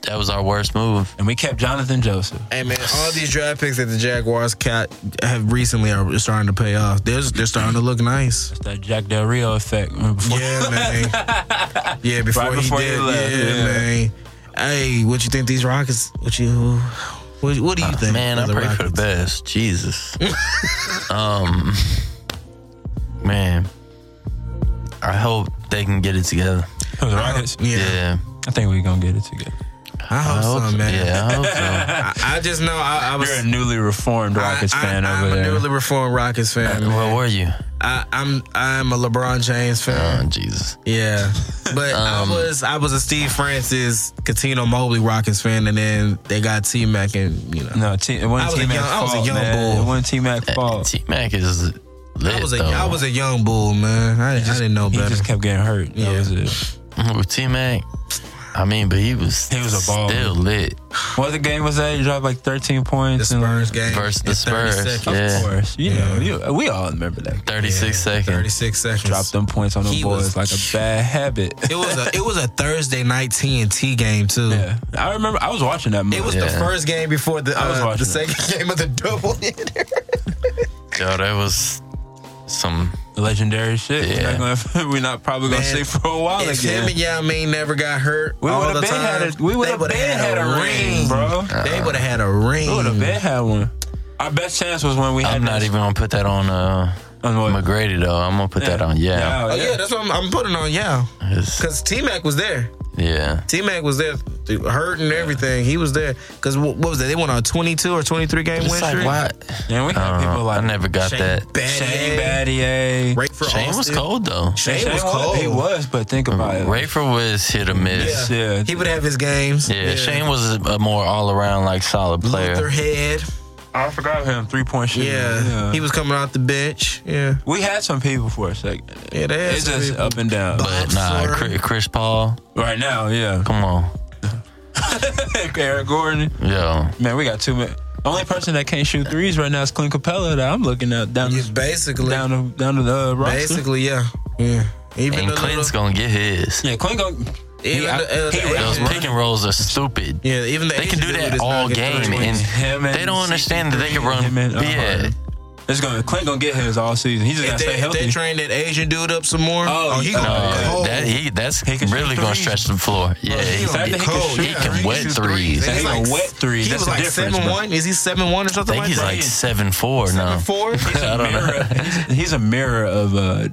C: That was our worst move.
B: and we kept Jonathan Joseph.
A: Hey man, all these draft picks that the Jaguars cat have recently are starting to pay off. They're they're starting to look nice.
B: It's that Jack Del Rio effect. Remember Before,
A: Yeah, man. Yeah, before,
B: Right before
A: he
B: he
A: did.
B: left,
A: Yeah,
B: yeah.
A: man. Hey, what you think these Rockets? What you? What, what do you think?
C: Uh, Man, I
A: of the
C: pray for the
A: Rockets?
C: best. Jesus. um, man, I hope they can get it together.
B: the Rockets.
A: Yeah.
C: Yeah,
B: I think we're gonna get it together.
A: I hope,
C: I hope.
A: so,
C: so.
A: man.
C: Yeah, I hope so.
A: I, I just know I, I was.
B: You're a newly reformed Rockets
A: I,
B: fan
A: I,
B: over
A: I'm
B: there.
A: a newly reformed Rockets fan. man.
C: Where were you?
A: I, I'm I'm a LeBron James fan.
C: Oh, Jesus.
A: Yeah, but
B: Um,
A: I was I was a Steve Francis, Catino Mobley Rockets fan, and then they got T Mac, and you know
B: no, T, it
A: I was a
B: wasn't T Mac's
A: young- I was
B: fault.
A: a young
B: man.
A: bull.
B: It wasn't T Mac's fault.
C: T Mac is lit.
A: I was a
C: though.
A: I was a young bull, man. I, I didn't know
B: He
A: better.
B: just kept getting hurt. That
A: Yeah.
B: was it.
C: with T Mac. I mean, but he was
B: He was a baller.
C: still lit.
B: What other game was that? He dropped like 13
A: the
B: points. and
A: Spurs game
C: Versus the
A: in 30
C: Spurs.
A: seconds.
B: Of
C: Yeah.
B: course, you
A: Yeah.
B: know, you, we all remember that.
C: 36
A: Yeah,
C: seconds.
A: 36 seconds.
B: Drop them points on them
A: He was-
B: boys like a bad habit.
A: It was a it was a Thursday night TNT game too.
B: yeah, I remember. I was watching that movie.
A: It was the
C: Yeah.
A: first game before the
B: I was
A: uh, the
B: watching
A: second game of the double header.
C: Yo, that was some.
B: legendary shit.
C: Yeah.
B: We're, not gonna, we're not probably gonna
A: Man,
B: see for a while
A: If him
B: again.
A: and Yao Ming never got hurt,
B: We
A: all
B: would
A: the
B: have been
A: time,
B: had a we would
A: they
B: have
A: would've
B: been had a ring, bro.
A: They would have had a ring.
B: We would have been had one. Our best chance was when we had
C: I'm not
B: that-
C: even gonna put that on uh,
B: on what-
C: McGrady though. I'm gonna put that on. Yeah,
A: Oh yeah, that's what I'm, I'm putting on Yao
C: It's-
A: because T Mac was there.
C: yeah.
A: T Mac was there, dude, hurt and everything. He was there because what was that? They went on a 22 or 23 game win
C: It's like
A: streak.
C: why?
B: And we had
C: I, don't
B: people
C: know.
B: like
C: Uh, I never got
A: Shane
C: that.
B: Shane
A: Battier,
B: Battier.
A: Ray for
C: Shane was
A: Austin.
C: cold though.
A: Shane,
B: Shane
A: was cold.
B: He was, but think about it.
C: Rayford was hit or miss.
B: Yeah. Yeah.
A: He would have his games.
C: Yeah, Shane was a more all around like solid
A: Luther
C: player.
A: Head.
B: I forgot him. Three point shooting.
A: Yeah. He was coming off the bench. Yeah.
B: we had some people for a second.
A: Yeah, they had
B: it's
A: some
B: just
A: people.
B: up and down.
A: But-
C: But nah,
A: Sorry.
C: Chris, Chris Paul.
B: right now, yeah.
C: Come on,
B: Eric Gordon.
C: yo.
B: Man, we got two men. Only person that can't shoot threes right now is Clint Capella that I'm looking at down
A: Yeah,
B: the
A: basically.
B: down the down to the uh, roster.
A: basically, yeah. Yeah. Even
C: and
A: the
C: Clinton's
A: little,
C: gonna get his.
B: Yeah, Clint go.
A: even
B: he- I-
A: the, uh,
B: he
A: the
B: was
C: Those
A: Asian-
C: pick and rolls are stupid.
A: yeah, even the
C: They
A: Asian
C: can do
A: dude
C: that
A: is not
C: all
A: getting
C: game,
A: through.
C: and
B: Him and
C: they don't understand that they can
B: CP3
C: run.
B: and him and, uh,
C: yeah,
B: It's gonna Clint gonna get his all season. He's just
A: if
B: gotta
A: they,
B: stay
A: if they
B: healthy.
A: train that Asian dude up some more,
B: Oh,
A: oh, he
B: yeah.
A: gonna
B: Uh,
A: go
C: Uh,
A: cold.
C: that he that's
B: can
C: really
B: shoot
C: gonna
B: threes.
C: stretch the floor. Yeah,
B: he
C: he,
B: gonna
C: he
B: get
C: can,
B: cold.
C: he
B: Yeah,
C: can
B: he
C: wet
A: shoots
C: threes.
A: threes.
C: I
B: He's
A: He's
B: like
A: like-
B: wet three.
A: He
B: That's
A: was
B: the
A: like
B: difference,
A: seven
B: bro.
A: one. Is he seven one or something
C: think
A: like
C: he's
A: that?
C: like seven four now.
A: four.
B: He's a mirror. He's, he's a mirror of uh,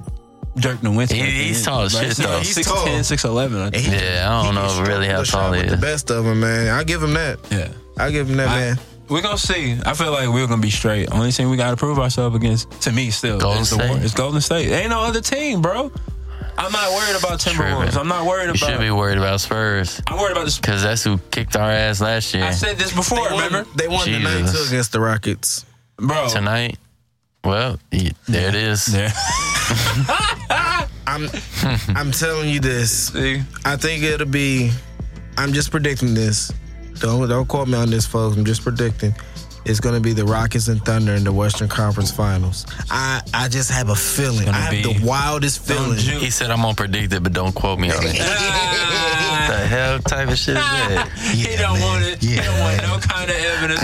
B: Dirk Nowitzki.
C: He- he's tall as shit, though.
A: He's
B: Six
A: tall.
B: ten, six eleven. I think.
C: Yeah, I don't know really how tall he
A: with The
C: is.
A: best of them, man. I give him that.
B: Yeah.
A: I give him that,
B: I-
A: man.
B: We're gonna see. I feel like we're gonna be straight. Only thing we gotta prove ourselves against, to me, still
C: Golden
B: is the
C: State.
B: War- It's Golden State. Ain't no other team, bro. I'm not worried about Timberwolves.
C: Tripping.
B: I'm not worried
C: You should
B: about.
C: be worried about Spurs
B: I'm worried about this.
C: because that's who kicked our ass last year.
B: I said this before.
A: They won-
B: remember,
A: They won the night
C: Jesus.
A: two against the Rockets.
B: bro.
C: Tonight, well, y- there it is.
B: Yeah.
A: I'm, I'm telling you this.
B: See,
A: I think it'll be. I'm just predicting this. Don't don't quote me on this, folks. I'm just predicting. It's going to be the Rockets and Thunder in the Western Conference Finals. I I just have a feeling. I
B: gonna
A: have
B: be-
A: the wildest feeling.
B: Ju-
C: He said I'm gonna predict it, but don't quote me on it. what the hell type of shit is that?
B: he don't
A: man.
B: want it. he
A: Yeah,
B: don't want no kind of evidence.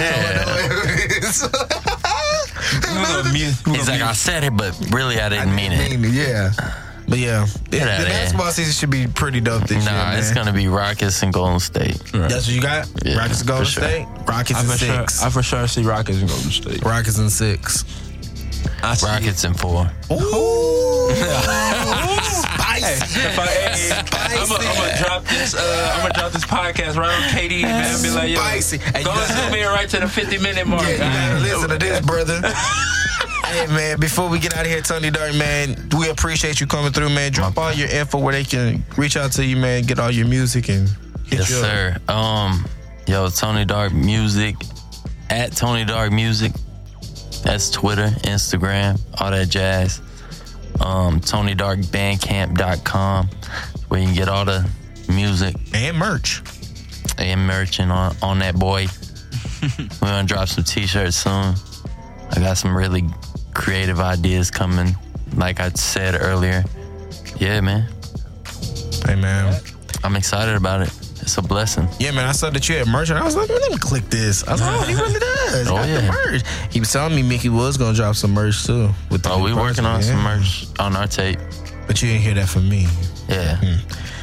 C: Yeah.
B: We're gonna mute- we're
C: He's
B: gonna
C: like,
B: mute-
C: I said it, but really I didn't mean it.
A: Mean, yeah. But yeah, the, the
C: outta there.
A: basketball season should be pretty dope this year.
C: Nah,
A: man.
C: it's gonna be Rockets and Golden State.
A: That's what you got?
C: Yeah,
A: Rockets Golden
C: for sure.
A: State? Rockets
B: I
A: and
B: for sure.
A: six.
B: I for sure see Rockets and Golden State.
A: Rockets and six.
B: I see
C: Rockets and four.
A: Ooh.
B: Hey,
A: Spicy.
B: if I, am gonna drop this, uh, I'm gonna drop this podcast right on KD, man. Be like, yo,
A: Spicy. Hey, you
B: go and
A: gotta-
B: zoom in right to the 50 minute mark.
A: Yeah, you gotta
B: man.
A: listen to this, brother. Hey man, before we get out of here, Tony Dark man, we appreciate you coming through, man. Drop all your info where they can reach out to you, man. Get all your music and hit
C: Yes,
A: you up.
C: sir. Um, yo, Tony Dark Music at Tony Dark Music. That's Twitter, Instagram, all that jazz. Um, TonyDarkBandcamp.com, where you can get all the music
A: And merch.
C: and merch and on, on that boy. We're gonna drop some t-shirts soon. I got some really creative ideas coming. Like I said earlier, yeah, man,
A: Hey man.
C: I'm excited about it. It's a blessing.
A: Yeah, man, I saw that you had merch, and I was like, man, let me click this. I was like, oh, he really does.
C: Oh,
A: Got the
C: yeah.
A: merch. He was telling me Mickey was gonna drop some merch too. With the
C: Oh, we
A: new
C: working on
A: project,
C: some
A: yeah.
C: merch on our tape.
A: but you didn't hear that from me.
C: Yeah,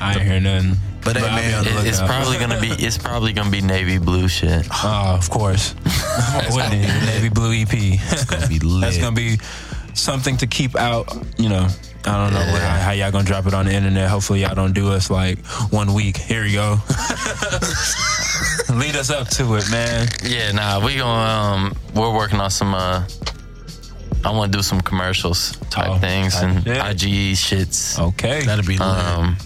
B: I ain't hear nothing.
A: But, hey,
B: I'll be
A: man,
B: on the
C: It- it's
B: lookout.
C: probably gonna be it's probably gonna be navy blue shit.
B: Oh, of course. Wouldn't it? The Navy Blue EP.
A: Gonna be lit.
B: That's gonna be something to keep out. You know, I don't know what, how y'all gonna drop it on the internet. Hopefully, y'all don't do us like one week. Here you go. Lead us up to it, man.
C: Yeah, nah, we gonna um, we're working on some. uh I want to do some commercials type
B: Oh,
C: things
B: type
C: and
B: shit. Oh,
C: IG shits.
B: Okay,
A: That'll be lit.
C: Um,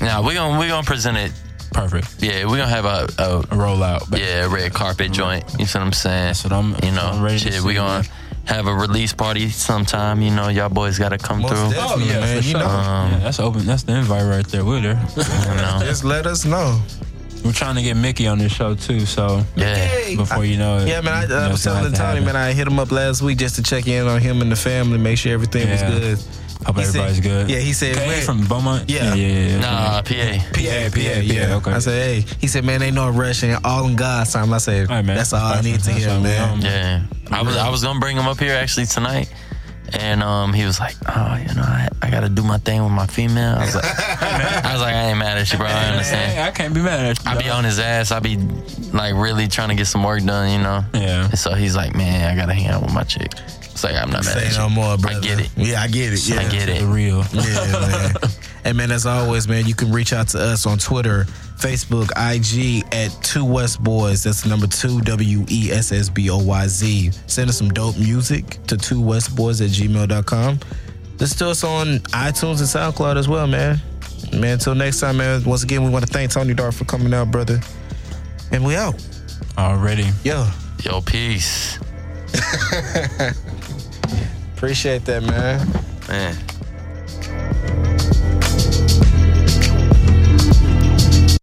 C: now we gonna we gonna present it.
B: perfect.
C: Yeah, we gonna have a, a
B: A rollout. But
C: yeah a red carpet joint. You see what I'm saying?
B: Mm-hmm. That's what I'm-
C: You know,
B: I'm ready to
C: shit.
B: see,
C: we gonna have a release party sometime. You know, y'all boys gotta come
A: Most
C: through.
A: definitely,
B: Oh, yeah,
A: man.
B: for
A: You
B: sure.
A: know,
B: Yeah, that's open. That's the invite right there. We're there.
C: You know?
A: just let us know.
B: We're trying to get Mickey on this show too. So
C: Yeah.
B: before you know it,
A: Yeah, man, I,
B: you know,
A: I was
B: it's gonna
A: telling
B: have to
A: Tony,
B: happen.
A: man, I hit him up last week just to check in on him and the family, make sure everything
B: Yeah.
A: was good.
B: Hope
A: He said-
B: everybody's good.
A: Yeah, he said,
B: Okay,
A: "Man,
B: from Beaumont.
A: Yeah.
B: yeah, yeah. yeah.
C: Nah, PA.
A: PA,
B: Yeah, yeah, yeah, okay.
A: I said, hey, he said, man, ain't no rushing. All in God's time. I said,
B: All right, man.
A: that's all I need to
B: That's
A: hear,
B: all we
A: man.
B: on.
C: Yeah, I was I was gonna bring him up here actually tonight, and um he was like, oh, you know, I, I gotta do my thing with my female. I was like, I was like, I ain't mad at you, bro. I
B: Hey,
C: understand.
B: I can't be mad at you.
C: I be on his ass. I be like really trying to get some work done, you know.
B: Yeah.
C: And so he's like, man, I gotta hang out with my chick. It's like I'm not mad
A: Say
C: at you.
A: no more, brother.
C: I get it.
A: Yeah, I get it. Yeah.
C: I get
B: The
C: it.
B: real.
A: Yeah, man. And man, as always, man, you can reach out to us on Twitter, Facebook, IG at Two West Boys. That's the number two W E S S B O Y Z. Send us some dope music to two West Boys at gmail.com. Listen to us on iTunes and SoundCloud as well, man. Man, until next time, man. Once again, we want to thank Tony Dark for coming out, brother. And we out.
B: Already.
A: Yo.
C: Yo, peace,
A: Appreciate that, man.
C: man.